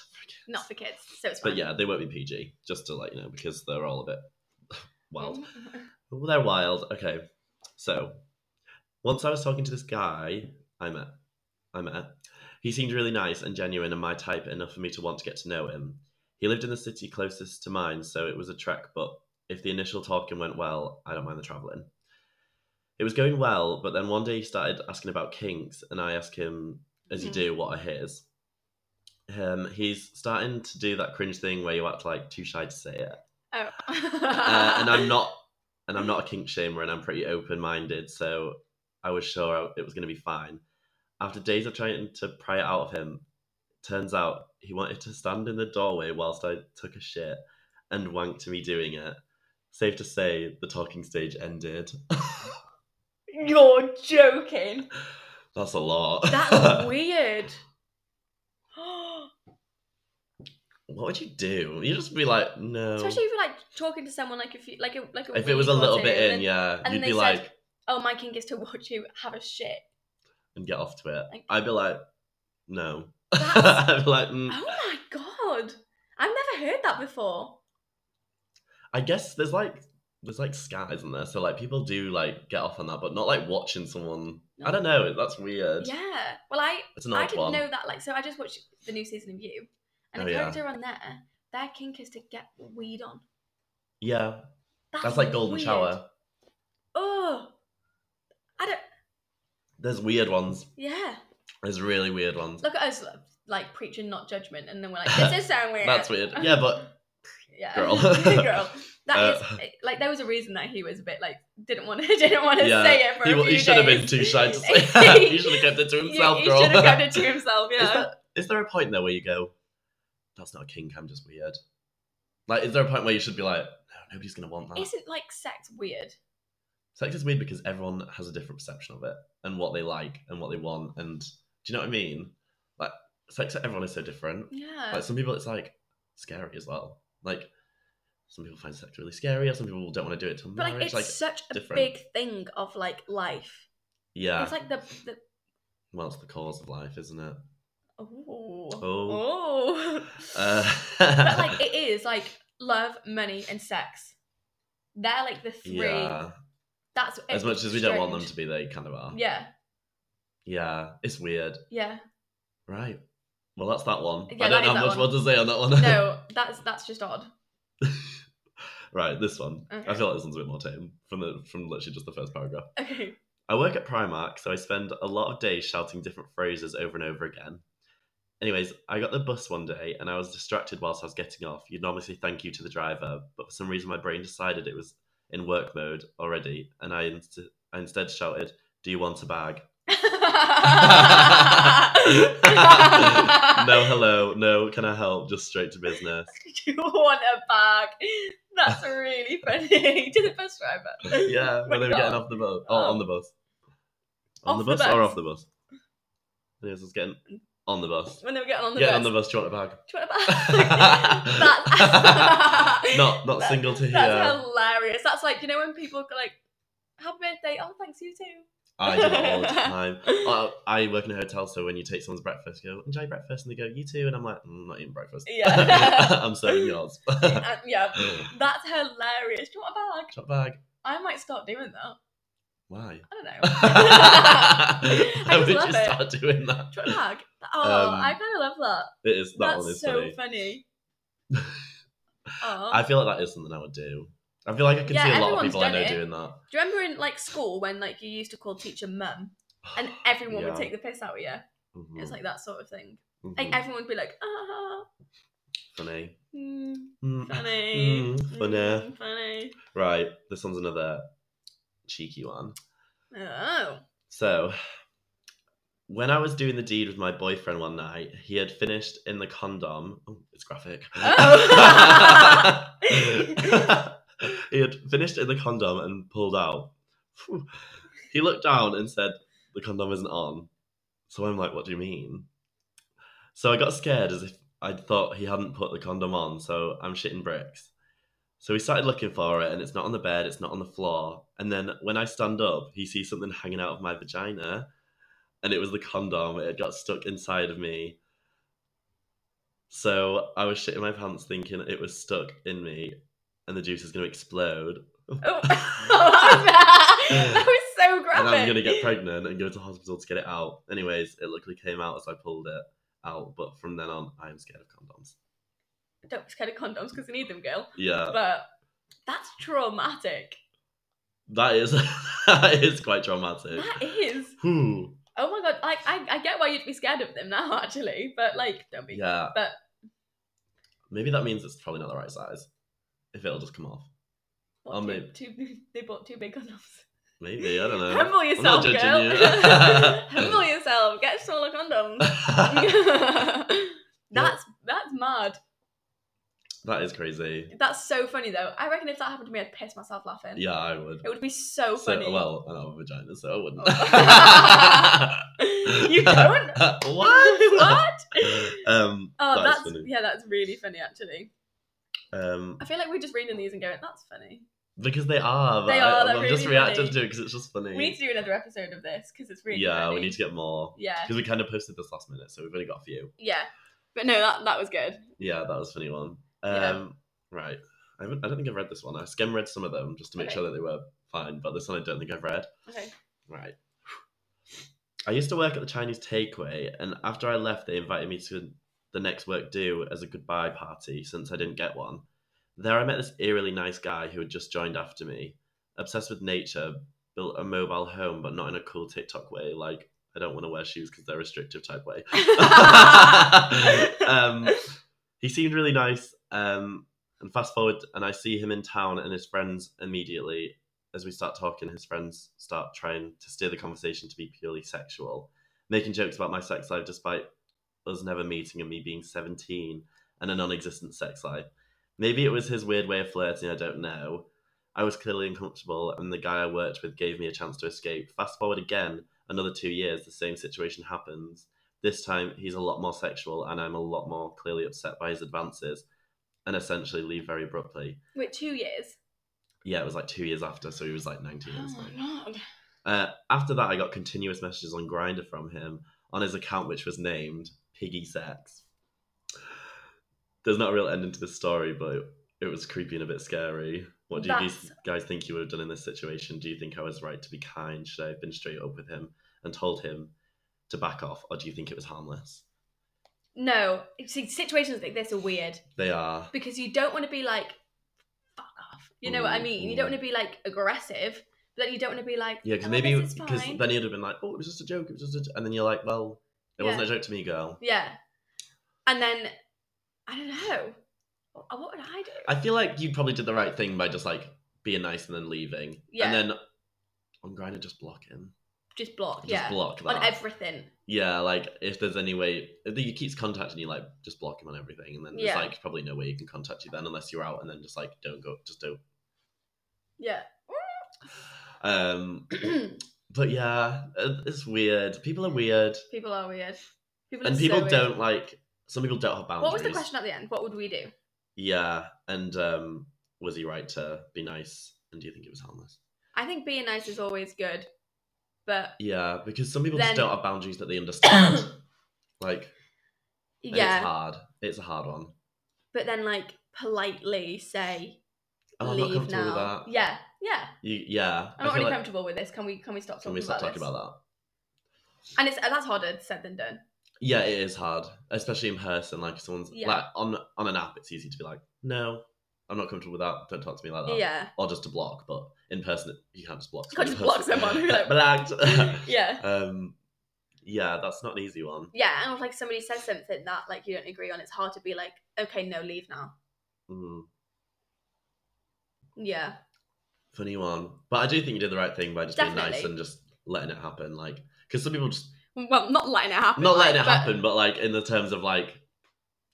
Speaker 2: not.
Speaker 1: for kids, so it's fine.
Speaker 2: But yeah, they won't be PG, just to let you know, because they're all a bit wild. Well, they're wild. Okay. So once I was talking to this guy I met. I met. He seemed really nice and genuine and my type enough for me to want to get to know him. He lived in the city closest to mine, so it was a trek, but if the initial talking went well, I don't mind the travelling. It was going well, but then one day he started asking about kinks, and I asked him, as you
Speaker 1: Mhm.
Speaker 2: do, what are his. Um, he's starting to do that cringe thing where you act like too shy to say it
Speaker 1: Oh.
Speaker 2: uh, and I'm not and I'm not a kink shamer and I'm pretty open minded, so I was sure I- it was going to be fine. After days of trying to pry it out of him, turns out he wanted to stand in the doorway whilst I took a shit and wanked to me doing it. Safe to say, the talking stage ended.
Speaker 1: You're joking.
Speaker 2: That's a lot.
Speaker 1: That's weird.
Speaker 2: what would you do? You'd just be like, no.
Speaker 1: Especially if you're like talking to someone like if you like a like a
Speaker 2: if it was a
Speaker 1: week or
Speaker 2: little
Speaker 1: two,
Speaker 2: bit in,
Speaker 1: and then-
Speaker 2: yeah,
Speaker 1: and
Speaker 2: you'd
Speaker 1: then
Speaker 2: be
Speaker 1: they
Speaker 2: like,
Speaker 1: said- Oh, my king is to watch you have a shit.
Speaker 2: and get off to it.
Speaker 1: Like-
Speaker 2: I'd be like, no.
Speaker 1: That's-
Speaker 2: I'd be like, mm.
Speaker 1: Oh my god, I've never heard that before.
Speaker 2: I guess there's like there's like scat, isn't there? So like people do like get off on that, but not like watching someone. I don't know. That's weird.
Speaker 1: Yeah. Well, I
Speaker 2: It's an
Speaker 1: I
Speaker 2: odd
Speaker 1: didn't
Speaker 2: one.
Speaker 1: know that. Like, so I just watched the new season of You, and
Speaker 2: Oh,
Speaker 1: the
Speaker 2: yeah.
Speaker 1: character on there, their kink is to get weed on.
Speaker 2: Yeah,
Speaker 1: That's,
Speaker 2: that's like golden
Speaker 1: weird.
Speaker 2: shower.
Speaker 1: Oh, I don't.
Speaker 2: There's weird ones.
Speaker 1: Yeah.
Speaker 2: There's really weird ones.
Speaker 1: Look at us like preaching not judgment, and then we're like, this is so weird.
Speaker 2: That's weird. Yeah, but
Speaker 1: yeah.
Speaker 2: girl.
Speaker 1: girl. That is
Speaker 2: Uh.
Speaker 1: like there was a reason that he was a bit like didn't want to didn't want to
Speaker 2: Yeah,
Speaker 1: say it for
Speaker 2: he,
Speaker 1: a
Speaker 2: wa-
Speaker 1: few
Speaker 2: he should have been
Speaker 1: days.
Speaker 2: too shy to say. he should have kept it to
Speaker 1: You-
Speaker 2: himself,
Speaker 1: he
Speaker 2: girl.
Speaker 1: should have kept it to himself.
Speaker 2: Is,
Speaker 1: Yeah.
Speaker 2: there, is there a point though where you go, that's not a kink, I'm just weird? Like, is there a point where you should be like, no, nobody's gonna want that?
Speaker 1: Isn't like sex weird?
Speaker 2: Sex is weird because everyone has a different perception of it and what they like and what they want. And do you know what I mean? Like, sex, everyone is so different.
Speaker 1: Yeah.
Speaker 2: Like, some people, it's like scary as well. Like, some people find sex really scary, or some people don't want to do it till
Speaker 1: But like
Speaker 2: marriage.
Speaker 1: it's
Speaker 2: Like,
Speaker 1: such a
Speaker 2: different.
Speaker 1: big thing of like life.
Speaker 2: yeah.
Speaker 1: It's like the the
Speaker 2: well, it's the cause of life, isn't it?
Speaker 1: oh
Speaker 2: Oh.
Speaker 1: Oh.
Speaker 2: Uh,
Speaker 1: but like it is like love, money, and sex. They're like the three.
Speaker 2: yeah.
Speaker 1: That's
Speaker 2: As
Speaker 1: it's
Speaker 2: much as we don't want them to
Speaker 1: strange.
Speaker 2: be, they kind of are.
Speaker 1: Yeah,
Speaker 2: Yeah, it's weird.
Speaker 1: yeah.
Speaker 2: Right. Well, that's that one.
Speaker 1: Yeah, that
Speaker 2: I don't
Speaker 1: is
Speaker 2: have
Speaker 1: that
Speaker 2: much
Speaker 1: one.
Speaker 2: more to say on that one.
Speaker 1: No, that's that's just odd.
Speaker 2: right, this one.
Speaker 1: Okay.
Speaker 2: I feel like this one's a bit more tame from the from literally just the first paragraph.
Speaker 1: Okay.
Speaker 2: I work at Primark, so I spend a lot of days shouting different phrases over and over again. Anyways, I got the bus one day and I was distracted whilst I was getting off. You'd normally say thank you to the driver, but for some reason my brain decided it was in work mode already, and I, inst- I instead shouted, "Do you want a bag?" no, hello, no, can I help? Just straight to business.
Speaker 1: Do you want a bag? That's really funny to the bus driver.
Speaker 2: yeah, when they were getting off the bus, or
Speaker 1: Oh.
Speaker 2: on the bus, on
Speaker 1: Off
Speaker 2: the
Speaker 1: the
Speaker 2: bus, or
Speaker 1: bus?
Speaker 2: off the bus. Yes, it's getting on the bus.
Speaker 1: When they were getting on the
Speaker 2: Getting
Speaker 1: bus.
Speaker 2: on the bus. Do you want a bag?
Speaker 1: Do you want a bag? That-
Speaker 2: not not
Speaker 1: That-
Speaker 2: single to hear.
Speaker 1: That's hilarious. That's like you know when people go like, "Happy birthday!" Oh, thanks you too.
Speaker 2: I do that all the time. I, I work in a hotel, so when you take someone's breakfast, you go enjoy breakfast, and they go you too, and I'm like, "Mm, not eating breakfast.
Speaker 1: Yeah.
Speaker 2: I'm serving yours.
Speaker 1: And, yeah,
Speaker 2: Drop
Speaker 1: that's hilarious. Do you want a bag?
Speaker 2: bag.
Speaker 1: I might start doing that.
Speaker 2: Why?
Speaker 1: I don't know.
Speaker 2: How
Speaker 1: just
Speaker 2: would
Speaker 1: love
Speaker 2: you
Speaker 1: it.
Speaker 2: start doing that?
Speaker 1: Do you want a bag? Oh,
Speaker 2: Um,
Speaker 1: I kind of love that.
Speaker 2: It is that one
Speaker 1: That's
Speaker 2: is
Speaker 1: so
Speaker 2: funny.
Speaker 1: funny.
Speaker 2: I
Speaker 1: Oh.
Speaker 2: feel like that is something I would do. I feel like I can
Speaker 1: Yeah,
Speaker 2: see a lot of
Speaker 1: everyone's
Speaker 2: people I
Speaker 1: done
Speaker 2: know
Speaker 1: it.
Speaker 2: doing that.
Speaker 1: Do you remember in like school when like you used to call teacher mum and everyone would
Speaker 2: Yeah.
Speaker 1: take the piss out of you?
Speaker 2: Mhm,
Speaker 1: It's like that sort of thing.
Speaker 2: mhm.
Speaker 1: Like everyone would be like, ah,
Speaker 2: funny.
Speaker 1: mm,
Speaker 2: Mm.
Speaker 1: funny,
Speaker 2: Mm, funny.
Speaker 1: mm, funny.
Speaker 2: Right, this one's another cheeky one.
Speaker 1: Oh,
Speaker 2: So, when I was doing the deed with my boyfriend one night, he had finished in the condom. Oh, it's graphic.
Speaker 1: Oh.
Speaker 2: he had finished in the condom and pulled out. Phew. He looked down and said, The condom isn't on. So I'm like, What do you mean? So I got scared as if I thought he hadn't put the condom on, so I'm shitting bricks. So we started looking for it, and it's not on the bed, it's not on the floor. And then when I stand up, he sees something hanging out of my vagina, and it was the condom. It got stuck inside of me. So I was shitting my pants thinking it was stuck in me, and the juice is going to explode.
Speaker 1: oh, that was bad. That was so graphic.
Speaker 2: and I'm going to get pregnant and go to hospital to get it out. Anyways, it luckily came out as I pulled it out, but from then on, I'm scared of condoms.
Speaker 1: Don't be scared of condoms because you need them, girl.
Speaker 2: Yeah,
Speaker 1: But that's traumatic.
Speaker 2: that is that is quite traumatic.
Speaker 1: That is.
Speaker 2: Whew.
Speaker 1: Oh my god! Like I, I get why you'd be scared of them now, actually. But like, don't be.
Speaker 2: Yeah.
Speaker 1: But
Speaker 2: Maybe that means it's probably not the right size. If it'll just come off.
Speaker 1: what,
Speaker 2: I'll
Speaker 1: two-
Speaker 2: move.
Speaker 1: two, they bought two big condoms.
Speaker 2: Maybe, I don't know.
Speaker 1: Humble yourself,
Speaker 2: not judging
Speaker 1: girl.
Speaker 2: you.
Speaker 1: Humble yourself. Get smaller condoms. that's that's mad.
Speaker 2: That is crazy.
Speaker 1: That's so funny though. I reckon if that happened to me, I'd piss myself laughing.
Speaker 2: Yeah, I would.
Speaker 1: It would be so funny. Oh.
Speaker 2: So, well, I don't have a vagina, so I wouldn't.
Speaker 1: you don't?
Speaker 2: what?
Speaker 1: what?
Speaker 2: Um,
Speaker 1: Oh,
Speaker 2: that is
Speaker 1: that's
Speaker 2: funny.
Speaker 1: yeah, that's really funny actually.
Speaker 2: Um,
Speaker 1: I feel like we're just reading these and going, that's funny.
Speaker 2: because they are. But
Speaker 1: They
Speaker 2: I,
Speaker 1: are, they're
Speaker 2: I'm just
Speaker 1: really
Speaker 2: reacting
Speaker 1: funny.
Speaker 2: to it because it's just funny.
Speaker 1: We need to do another episode of this because it's really
Speaker 2: yeah, we
Speaker 1: funny.
Speaker 2: need to get more.
Speaker 1: Yeah,
Speaker 2: Because we kind of posted this last minute, so we've only got a few.
Speaker 1: yeah. But no, that that was good.
Speaker 2: Yeah, that was a funny one. Um,
Speaker 1: Yeah.
Speaker 2: Right. I, haven't, I don't think I've read this one. I skim read some of them just to make
Speaker 1: Okay.
Speaker 2: sure that they were fine, but this one I don't think I've read.
Speaker 1: Okay.
Speaker 2: Right. I used to work at the Chinese takeaway, and after I left, they invited me to the next work due as a goodbye party since I didn't get one. There, I met this eerily nice guy who had just joined after me. Obsessed with nature, built a mobile home, but not in a cool TikTok way, like I don't want to wear shoes because they're restrictive type way. um, he seemed really nice. Um, and fast forward, and I see him in town and his friends immediately. As we start talking, his friends start trying to steer the conversation to be purely sexual, making jokes about my sex life despite us never meeting and me being 17 and a non existent sex life. Maybe it was his weird way of flirting, I don't know. I was clearly uncomfortable, and the guy I worked with gave me a chance to escape. Fast forward again, another two years, the same situation happens. This time, he's a lot more sexual, and I'm a lot more clearly upset by his advances, and essentially leave very abruptly.
Speaker 1: Wait, two years.
Speaker 2: Yeah, it was like two years after, so he was like 19 at
Speaker 1: Oh
Speaker 2: this
Speaker 1: my
Speaker 2: time.
Speaker 1: god.
Speaker 2: Uh, after that, I got continuous messages on Grinder from him on his account, which was named Piggy Sex. There's not a real ending to this story, but it was creepy and a bit scary. What do you
Speaker 1: That's-
Speaker 2: guys- guys think you would have done in this situation? Do you think I was right to be kind? Should I have been straight up with him and told him to back off, or do you think it was harmless?
Speaker 1: No, see, situations like this are weird
Speaker 2: They are.
Speaker 1: because you don't want to be like, fuck off. You know what I
Speaker 2: Mm,
Speaker 1: mean? You
Speaker 2: mm.
Speaker 1: don't want to be like aggressive, but then you don't want to be like,
Speaker 2: Yeah, because
Speaker 1: "Oh,
Speaker 2: maybe
Speaker 1: this is
Speaker 2: because
Speaker 1: fine."
Speaker 2: then he'd have been like, "Oh, it was just a joke. It was just," a j-" and then you're like, "Well, it wasn't a joke to me, girl."
Speaker 1: yeah. And then I don't know. What what would I do?
Speaker 2: I feel like you probably did the right thing by just like being nice and then leaving.
Speaker 1: Yeah.
Speaker 2: And then on Grinder just block him.
Speaker 1: just block.
Speaker 2: Just
Speaker 1: yeah.
Speaker 2: block that.
Speaker 1: on everything.
Speaker 2: yeah, like if there's any way if he keeps contacting you, like just block him on everything and then
Speaker 1: Yeah.
Speaker 2: there's like probably no way you can contact you then unless you're out and then just like don't go just don't
Speaker 1: Yeah.
Speaker 2: um but yeah, it- it's weird. People are weird.
Speaker 1: people are weird. People are
Speaker 2: and
Speaker 1: so
Speaker 2: people
Speaker 1: weird.
Speaker 2: don't like some people don't have boundaries.
Speaker 1: What was the question at the end? What would we do?
Speaker 2: Yeah. And um was he right to be nice? And do you think it was harmless?
Speaker 1: I think being nice is always good, but
Speaker 2: Yeah, because some people just
Speaker 1: Then-
Speaker 2: don't have boundaries that they understand. like, and it's
Speaker 1: yeah.
Speaker 2: hard. It's a hard one.
Speaker 1: But then like politely say
Speaker 2: Oh, I'm not
Speaker 1: leave
Speaker 2: comfortable
Speaker 1: now.
Speaker 2: with that.
Speaker 1: Yeah, yeah.
Speaker 2: You, yeah,
Speaker 1: I'm not really
Speaker 2: feel like.
Speaker 1: comfortable with this. Can we can we stop talking
Speaker 2: Can we stop
Speaker 1: about
Speaker 2: talking
Speaker 1: this?
Speaker 2: about that?
Speaker 1: And it's and that's harder said than done.
Speaker 2: Yeah, it is hard, especially in person. Like, if someone's
Speaker 1: Yeah.
Speaker 2: like on on an app, it's easy to be like, no, I'm not comfortable with that. Don't talk to me like that.
Speaker 1: Yeah.
Speaker 2: Or just to block, but in person, you can't just block.
Speaker 1: You can't just
Speaker 2: someone in
Speaker 1: block someone
Speaker 2: person.
Speaker 1: who, like-
Speaker 2: blocked.
Speaker 1: yeah.
Speaker 2: um, yeah, that's not an easy one.
Speaker 1: Yeah, and if like somebody says something that like you don't agree on, it's hard to be like, okay, no, leave now.
Speaker 2: Mm.
Speaker 1: Yeah.
Speaker 2: Funny one. But I do think you did the right thing by just being nice
Speaker 1: Definitely.
Speaker 2: and just letting it happen. Like, because some people just,
Speaker 1: Well, not letting it happen.
Speaker 2: not letting
Speaker 1: like,
Speaker 2: it
Speaker 1: but-
Speaker 2: happen, but like in the terms of like,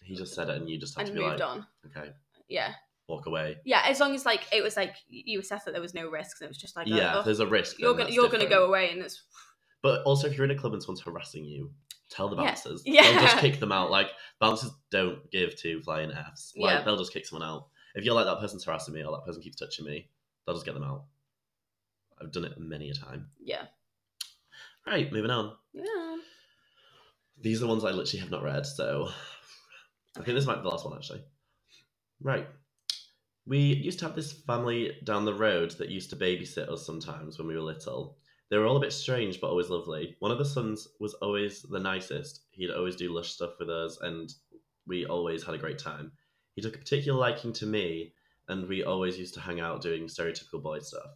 Speaker 2: he just said it and you just have
Speaker 1: And
Speaker 2: to be
Speaker 1: moved
Speaker 2: like,
Speaker 1: on.
Speaker 2: okay,
Speaker 1: Yeah.
Speaker 2: walk away.
Speaker 1: Yeah, as long as like it was like you assessed that there was no risks, and it was just like,
Speaker 2: yeah,
Speaker 1: yeah,
Speaker 2: if there's a risk.
Speaker 1: you're
Speaker 2: then
Speaker 1: gonna
Speaker 2: that's
Speaker 1: you're gonna go
Speaker 2: different.
Speaker 1: away, and it's
Speaker 2: But also, if you're in a club and someone's harassing you, tell the
Speaker 1: Yeah.
Speaker 2: bouncers.
Speaker 1: Yeah.
Speaker 2: They'll just kick them out. Like, bouncers don't give two flying Fs. Like,
Speaker 1: Yeah.
Speaker 2: they'll just kick someone out. If you're like, that person's harassing me or that person keeps touching me, they'll just get them out. I've done it many a time.
Speaker 1: yeah,
Speaker 2: Right, moving on.
Speaker 1: yeah.
Speaker 2: These are the ones I literally have not read, so I think this might be the last one actually. Right. We used to have this family down the road that used to babysit us sometimes when we were little. They were all a bit strange but always lovely. One of the sons was always the nicest. He'd always do lush stuff with us and we always had a great time. He took a particular liking to me and we always used to hang out doing stereotypical boy stuff.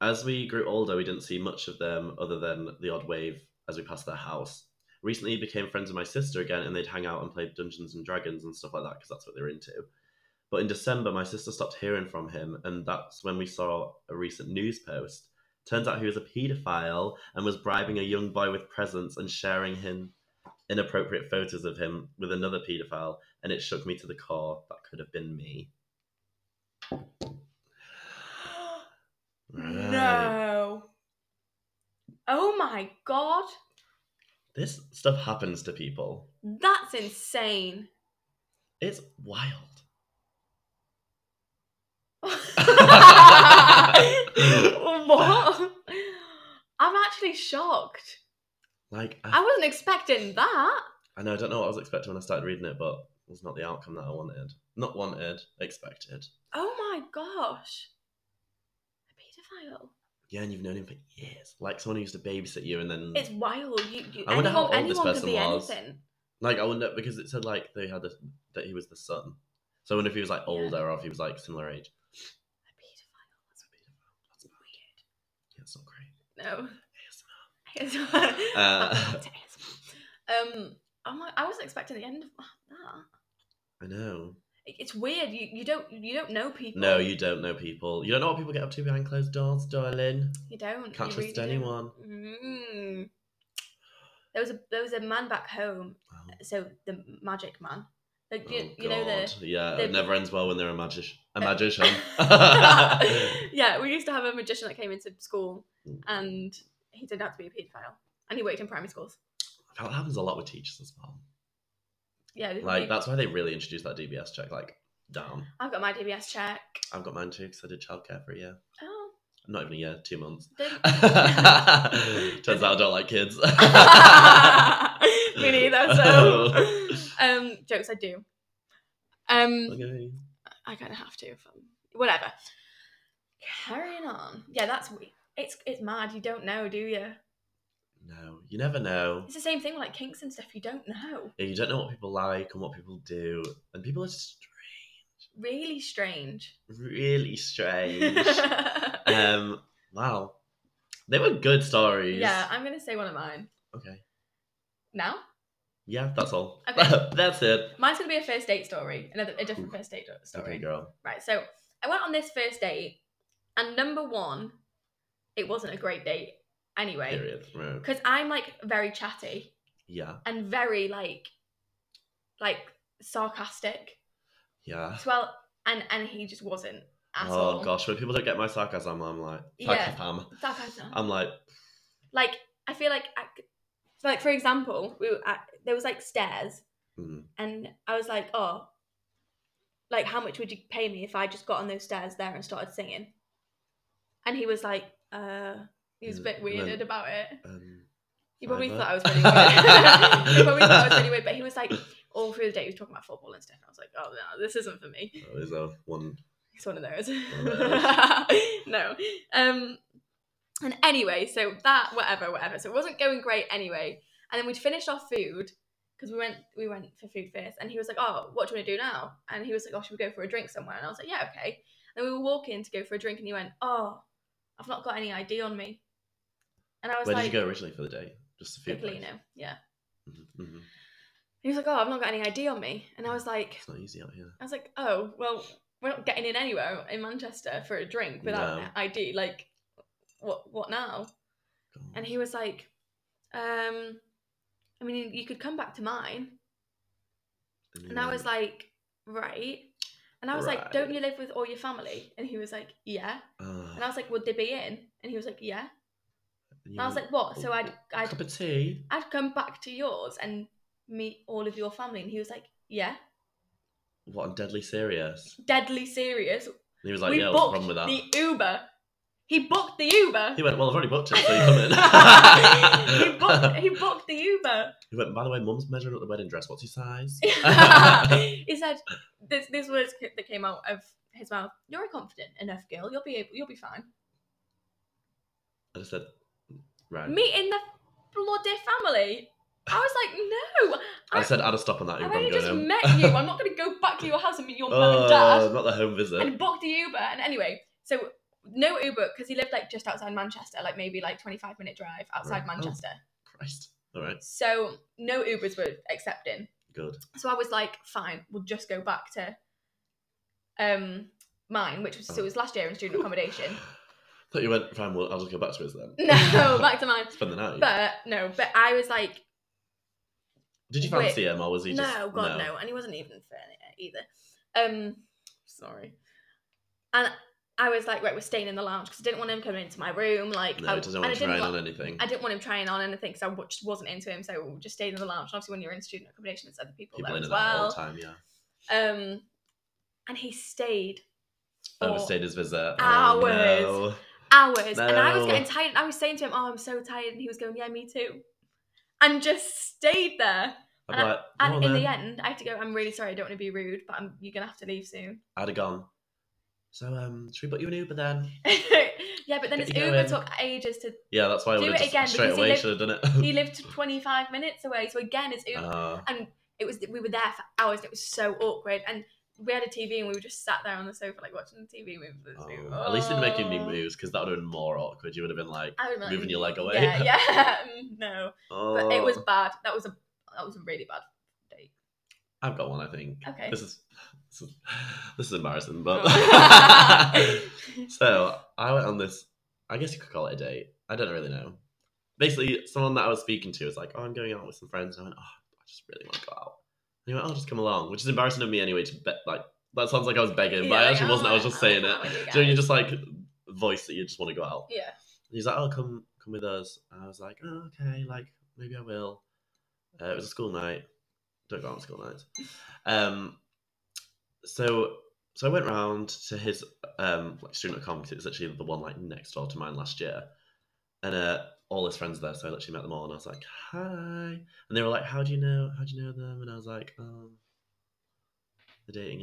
Speaker 2: As we grew older, we didn't see much of them other than the odd wave as we passed their house recently became friends with my sister again and they'd hang out and play dungeons and dragons and stuff like that because that's what they were into but in december my sister stopped hearing from him and that's when we saw a recent news post turns out he was a paedophile and was bribing a young boy with presents and sharing him inappropriate photos of him with another paedophile, and it shook me to the core. That could have been me. Right.
Speaker 1: No. Oh my god.
Speaker 2: This stuff happens to people.
Speaker 1: That's insane.
Speaker 2: It's wild.
Speaker 1: what? I'm actually shocked.
Speaker 2: Like, I,
Speaker 1: I wasn't expecting that.
Speaker 2: I know I don't know what I was expecting when I started reading it, but it was not the outcome that I wanted. Not wanted, expected.
Speaker 1: Oh my gosh. A paedophile.
Speaker 2: Yeah, and you've known him for years. Like someone who used to babysit you, and then
Speaker 1: It's wild. You, you,
Speaker 2: Hmm. I wonder how
Speaker 1: anyone,
Speaker 2: old this
Speaker 1: anyone could
Speaker 2: person
Speaker 1: be
Speaker 2: was.
Speaker 1: anything.
Speaker 2: like I wonder because it said like they had the, that he was the son. So I wonder if he was like older or if he was like similar age.
Speaker 1: A paedophile. That's
Speaker 2: That's bad.
Speaker 1: weird.
Speaker 2: Yeah, it's not great.
Speaker 1: No.
Speaker 2: ASMR.
Speaker 1: ASMR.
Speaker 2: Uh,
Speaker 1: um, I'm like, I wasn't expecting the end of that.
Speaker 2: I know.
Speaker 1: It- It's weird. You you don't you don't know people.
Speaker 2: No, you don't know people. You don't know what people get up to behind closed doors, darling.
Speaker 1: You don't. you
Speaker 2: Can't trust
Speaker 1: really don't.
Speaker 2: anyone.
Speaker 1: Mm. There was a there was a man back home.
Speaker 2: Oh,
Speaker 1: So the magic man. Like you,
Speaker 2: oh,
Speaker 1: you know the.
Speaker 2: God. yeah,
Speaker 1: the-
Speaker 2: it never ends well when they're a magic a
Speaker 1: Uh,
Speaker 2: magician.
Speaker 1: yeah, we used to have a magician that came into school,
Speaker 2: Mm.
Speaker 1: and he turned out to be a paedophile, and he worked in primary schools.
Speaker 2: that happens a lot with teachers as well.
Speaker 1: Yeah,
Speaker 2: Like that's why they really introduced that DBS check. Like, damn,
Speaker 1: I've got my DBS check.
Speaker 2: I've got mine too because I did childcare for a year.
Speaker 1: Oh,
Speaker 2: Not even a year, two months.
Speaker 1: don't.
Speaker 2: Turns out I don't like kids.
Speaker 1: Me neither. So, um, jokes I do. Um,
Speaker 2: okay.
Speaker 1: I kind of have to. If I'm, whatever. Carrying on. Yeah, that's we. It's it's mad. You don't know, do you?
Speaker 2: No, you never know.
Speaker 1: It's the same thing with like kinks and stuff. You don't know.
Speaker 2: Yeah, You don't know what people like and what people do, and people are strange,
Speaker 1: Really strange.
Speaker 2: really strange.
Speaker 1: yeah,
Speaker 2: um, wow, they were good stories.
Speaker 1: I'm gonna say one of mine
Speaker 2: Okay.
Speaker 1: now.
Speaker 2: Yeah, that's all.
Speaker 1: Okay.
Speaker 2: that's it.
Speaker 1: Mine's gonna be a first date story. Another a different first date story.
Speaker 2: Okay, girl.
Speaker 1: Right, so I went on this first date, and number one, it wasn't a great date anyway.
Speaker 2: Period. Right.
Speaker 1: Because I'm like very chatty
Speaker 2: Yeah.
Speaker 1: and very like, like sarcastic
Speaker 2: Yeah.
Speaker 1: as well, and and he just wasn't at
Speaker 2: oh
Speaker 1: all.
Speaker 2: gosh, when people don't get my sarcasm, I'm like,
Speaker 1: Yeah. Uh-huh.
Speaker 2: sarcasm.
Speaker 1: Sarcasm.
Speaker 2: I'm like,
Speaker 1: like I feel like, I, like for example, we were at, there was like stairs,
Speaker 2: mm,
Speaker 1: and I was like, oh, like how much would you pay me if I just got on those stairs there and started singing? And he was like, uh, he was a bit
Speaker 2: Yeah, then-
Speaker 1: weirded about it.
Speaker 2: um,
Speaker 1: He probably
Speaker 2: Mm, Either.
Speaker 1: thought I was really weird. he probably thought I was really weird, but he was like, all through the day he was talking about football and stuff. And I was like, oh no, this isn't for me.
Speaker 2: that was a oh, one.
Speaker 1: It's one of those.
Speaker 2: of those.
Speaker 1: no. Um and anyway, so that whatever, whatever. So it wasn't going great anyway. And then we'd finished our food because we went we went for food first and he was like, Oh, what do you want to do now? And he was like, Oh, should we go for a drink somewhere? And I was like, Yeah, okay. And we were walking to go for a drink and he went, Oh, I've not got any ID on me. And I was
Speaker 2: Where
Speaker 1: like,
Speaker 2: did you go originally for the day? Just a few.
Speaker 1: Piccolino, yeah.
Speaker 2: Mm-hmm.
Speaker 1: He was like, Oh, I've not got any ID on me. And I was like,
Speaker 2: It's not easy out here.
Speaker 1: I was like, oh, well, we're not getting in anywhere in Manchester for a drink without
Speaker 2: No.
Speaker 1: ID. Like, what what now?
Speaker 2: God.
Speaker 1: And he was like, um, I mean, you could come back to mine.
Speaker 2: And uh,
Speaker 1: And I was like, right. And I was like, don't you live with all your family? And he was like, yeah. And I was like, would they be in? And he was like, yeah. And I was like, what? So I'd I'd
Speaker 2: cup of tea.
Speaker 1: I'd come back to yours and meet all of your family. And he was like, yeah.
Speaker 2: What? I'm deadly serious.
Speaker 1: Deadly serious.
Speaker 2: And he was like,
Speaker 1: we
Speaker 2: yeah, what's the
Speaker 1: booked
Speaker 2: problem with that?
Speaker 1: the Uber. He booked the Uber.
Speaker 2: He went, well, I've already booked it, so you come in.
Speaker 1: he, booked, he booked the Uber.
Speaker 2: He went, by the way, mum's measuring up the wedding dress. What's your size?
Speaker 1: he said, "This this words ca- that came out of his mouth. You're a confident enough girl. You'll be able. You'll be fine.
Speaker 2: I just said, right.
Speaker 1: Meeting the bloody family. I was like, no.
Speaker 2: I said, I'd stop on that
Speaker 1: I've
Speaker 2: Uber. I'm
Speaker 1: only
Speaker 2: going
Speaker 1: just
Speaker 2: home.
Speaker 1: met you. I'm not going to go back to your house and meet your mum and
Speaker 2: Oh,
Speaker 1: dad
Speaker 2: not the home visit.
Speaker 1: and book the Uber. And anyway, so no Uber because he lived like just outside Manchester, like maybe like 25 minute drive outside
Speaker 2: Right. Oh.
Speaker 1: Manchester.
Speaker 2: Christ. All right,
Speaker 1: So no Ubers were accepting.
Speaker 2: good.
Speaker 1: So I was like, fine, we'll just go back to um mine, which was so it was last year in student accommodation.
Speaker 2: Thought you went, fine, well, I'll just go back to his then.
Speaker 1: no, back to mine.
Speaker 2: Spend the night.
Speaker 1: But no, but I was like,
Speaker 2: Did you
Speaker 1: Wait,
Speaker 2: fancy him or was he
Speaker 1: no,
Speaker 2: just.
Speaker 1: God, no. And he wasn't even fit either. Um, sorry. And I was like, right, we're staying in the lounge because I didn't want him coming into my room. Like,
Speaker 2: No,
Speaker 1: I,
Speaker 2: it doesn't
Speaker 1: and I
Speaker 2: want to
Speaker 1: didn't
Speaker 2: rain
Speaker 1: want-
Speaker 2: on anything.
Speaker 1: I didn't want him trying on anything because I w- just wasn't into him. So we just stayed in the lounge. And obviously, when you're in student accommodation, it's other people,
Speaker 2: People
Speaker 1: there
Speaker 2: in
Speaker 1: as
Speaker 2: it that all
Speaker 1: well.
Speaker 2: the time, yeah.
Speaker 1: Um, and he stayed for
Speaker 2: Overstayed his visit.
Speaker 1: hours.
Speaker 2: Oh,
Speaker 1: hours, and I was
Speaker 2: No.
Speaker 1: getting tired. I was saying to him, "Oh, I'm so tired," and he was going, "Yeah, me too," and just stayed there.
Speaker 2: no.
Speaker 1: And I-
Speaker 2: I'm like,
Speaker 1: And
Speaker 2: well,
Speaker 1: in
Speaker 2: then.
Speaker 1: the end, I had to go. I'm really sorry. I don't want to be rude, but I'm, you're gonna have to leave soon.
Speaker 2: I'd have gone. So, um, should we book you an Uber then?
Speaker 1: yeah, but then
Speaker 2: Get
Speaker 1: his
Speaker 2: you
Speaker 1: Uber
Speaker 2: going.
Speaker 1: took ages to.
Speaker 2: Yeah, that's why I
Speaker 1: Do
Speaker 2: would
Speaker 1: it
Speaker 2: have
Speaker 1: again,
Speaker 2: just straight
Speaker 1: because he
Speaker 2: away
Speaker 1: lived-
Speaker 2: should have done
Speaker 1: He
Speaker 2: it.
Speaker 1: lived 25 minutes away, so again, his Uber.
Speaker 2: Uh,
Speaker 1: it was we were there for hours. and It was so awkward, and we had a TV and we were just sat there on the sofa like watching the TV movie.
Speaker 2: oh, At least it didn't make any moves because that would have been more awkward. You would have been like,
Speaker 1: Oh. I would have been
Speaker 2: moving your leg away.
Speaker 1: Yeah, yeah, mm, no,
Speaker 2: oh.
Speaker 1: but it was bad. That was a that was a really bad date.
Speaker 2: I've got one, I think.
Speaker 1: Okay.
Speaker 2: This is this is, this is embarrassing,
Speaker 1: Oh.
Speaker 2: but Oh. so I went on this. I guess you could call it a date. I don't really know. Basically, someone that I was speaking to was like, "Oh, I'm going out with some friends," and I went, "Oh, I just really want to go out." And he went, "Oh, just come along," which is embarrassing of me anyway. To bet like that sounds like I was begging, but I
Speaker 1: Yeah,
Speaker 2: actually
Speaker 1: like,
Speaker 2: wasn't. I was
Speaker 1: "Oh,
Speaker 2: just
Speaker 1: I'm
Speaker 2: saying
Speaker 1: out with you
Speaker 2: it. So you
Speaker 1: guys."
Speaker 2: just like voice that you just want to go out.
Speaker 1: yeah,
Speaker 2: And he's like, "Oh, come, come with us." And I was like, "Oh, okay, like maybe I will." Uh, it was a school night. Don't go out on school nights. Um, so so I went round to his um like student accom because it's actually the one like next door to mine last year, and uh, all his friends there. So I literally met them all, and I was like, "Hi," and they were like, "How do you know? How do you know them?" And I was like, "Um, the dating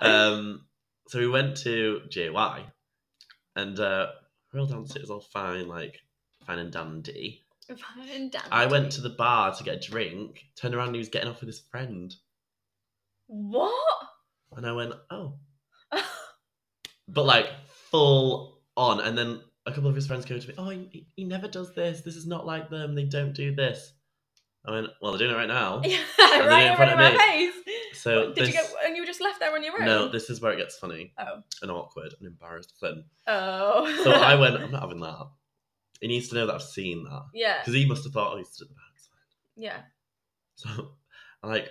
Speaker 2: um, so we went to JY and uh, we're all downstairs, all fine, like fine and dandy.
Speaker 1: Fine, dandy.
Speaker 2: I went to the bar to get a drink, turned around, and he was getting off with his friend.
Speaker 1: what?
Speaker 2: And I went, oh. But like full on. And then a couple of his friends go to me, oh, he, he never does this. This is not like them. They don't do this. I went, well, they're doing it right now.
Speaker 1: yeah,
Speaker 2: in
Speaker 1: right in
Speaker 2: front
Speaker 1: front of
Speaker 2: of
Speaker 1: my face.
Speaker 2: So
Speaker 1: Did
Speaker 2: this,
Speaker 1: you get? And you were just left there on your own.
Speaker 2: No, this is where it gets funny
Speaker 1: Oh.
Speaker 2: and awkward and embarrassed Flynn.
Speaker 1: Oh.
Speaker 2: So I went, I'm not having that. He needs to know that I've seen that.
Speaker 1: Yeah.
Speaker 2: Because he must have thought, oh, he's stood at the back.
Speaker 1: Yeah.
Speaker 2: So, I like,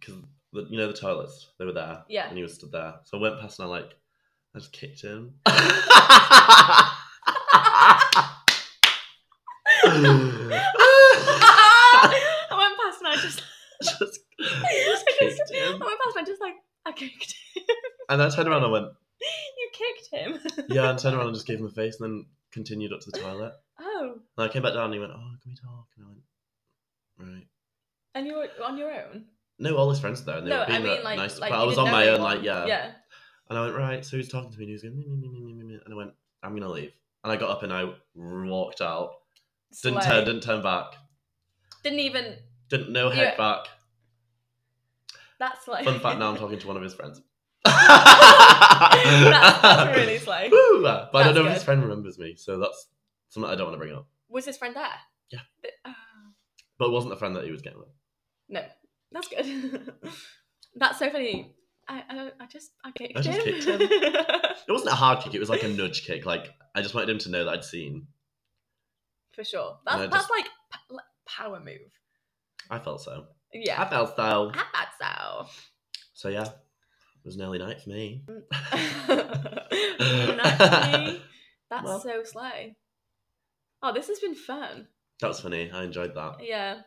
Speaker 2: because you know the toilets, they were there.
Speaker 1: Yeah.
Speaker 2: And he was stood there. So I went past and I like, I just kicked him. I
Speaker 1: I went past and I just.
Speaker 2: just,
Speaker 1: I
Speaker 2: just
Speaker 1: just-
Speaker 2: kicked
Speaker 1: I went
Speaker 2: him.
Speaker 1: past and I just like I kicked. him.
Speaker 2: And I turned around and went,
Speaker 1: you kicked him.
Speaker 2: yeah, and turned around and just gave him a face and then continued up to the toilet.
Speaker 1: Oh,
Speaker 2: And I came back down and he went, oh, can we talk? And I went, right.
Speaker 1: and you were on your own.
Speaker 2: No, all his friends were there, and they
Speaker 1: no,
Speaker 2: were being
Speaker 1: I mean
Speaker 2: like,
Speaker 1: like,
Speaker 2: nice.
Speaker 1: like
Speaker 2: but
Speaker 1: you
Speaker 2: I was
Speaker 1: didn't
Speaker 2: on
Speaker 1: know
Speaker 2: my own,
Speaker 1: anyone.
Speaker 2: like, yeah.
Speaker 1: yeah.
Speaker 2: And I went, right. So he was talking to me and he was going, "Me, me, me, me, me, me, me," and I went, I'm going to leave. And I got up and I walked out. Didn't
Speaker 1: Slay.
Speaker 2: turn, didn't turn back.
Speaker 1: Didn't even.
Speaker 2: Didn't no head
Speaker 1: Yeah.
Speaker 2: back.
Speaker 1: That's like.
Speaker 2: Fun fact now I'm talking to one of his friends.
Speaker 1: that's, that's really slay.
Speaker 2: Woo! But I don't
Speaker 1: That's
Speaker 2: know if his
Speaker 1: good.
Speaker 2: friend remembers me, so that's something I don't want to bring up.
Speaker 1: Was his friend there?
Speaker 2: Yeah.
Speaker 1: Th- oh,
Speaker 2: But it wasn't the friend that he was getting with.
Speaker 1: no, that's good. that's so funny. I, I don't- I just I kicked
Speaker 2: I just
Speaker 1: him.
Speaker 2: kicked him. It wasn't a hard kick, it was like a nudge kick. Like, I just wanted him to know that I'd seen.
Speaker 1: For sure.
Speaker 2: And
Speaker 1: That's
Speaker 2: I
Speaker 1: that's like p- like power move.
Speaker 2: I felt so. I
Speaker 1: Yeah.
Speaker 2: felt so.
Speaker 1: I thought so.
Speaker 2: So, yeah, it was an early night for me.
Speaker 1: Naturally, that's
Speaker 2: Well-
Speaker 1: so slay. Oh, this has been fun.
Speaker 2: That was funny. I enjoyed that.
Speaker 1: Yeah,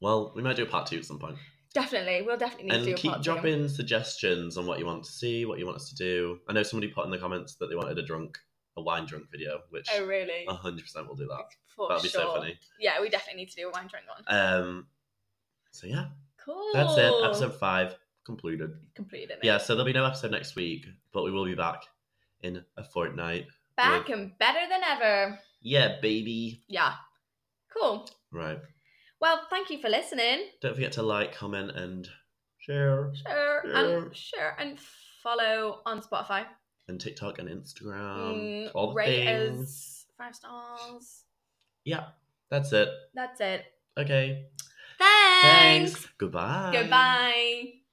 Speaker 2: Well, we might do a part two at some point.
Speaker 1: definitely. We'll definitely need to do
Speaker 2: and
Speaker 1: a
Speaker 2: keep
Speaker 1: part two.
Speaker 2: dropping suggestions on what you want to see, what you want us to do. I know somebody put in the comments that they wanted a drunk, a wine drunk video, which
Speaker 1: Oh, really?
Speaker 2: 100% will do that.
Speaker 1: For
Speaker 2: That'll be
Speaker 1: sure.
Speaker 2: so funny.
Speaker 1: Yeah, we definitely need to do a wine drink one.
Speaker 2: Um, so yeah,
Speaker 1: Cool.
Speaker 2: that's it. Episode five concluded.
Speaker 1: completed. it.
Speaker 2: Yeah, so there'll be no episode next week, but we will be back in a fortnight.
Speaker 1: Back and better than ever.
Speaker 2: Yeah, baby.
Speaker 1: Yeah. Cool.
Speaker 2: Right.
Speaker 1: Well, thank you for listening.
Speaker 2: Don't forget to like, comment, and share.
Speaker 1: Sure
Speaker 2: Yeah.
Speaker 1: and sure and follow on Spotify.
Speaker 2: And TikTok and Instagram.
Speaker 1: Mm,
Speaker 2: Um, all the
Speaker 1: rate
Speaker 2: things.
Speaker 1: us five stars.
Speaker 2: Yeah, that's it.
Speaker 1: That's it.
Speaker 2: Okay.
Speaker 1: Thanks.
Speaker 2: Goodbye.
Speaker 1: Goodbye.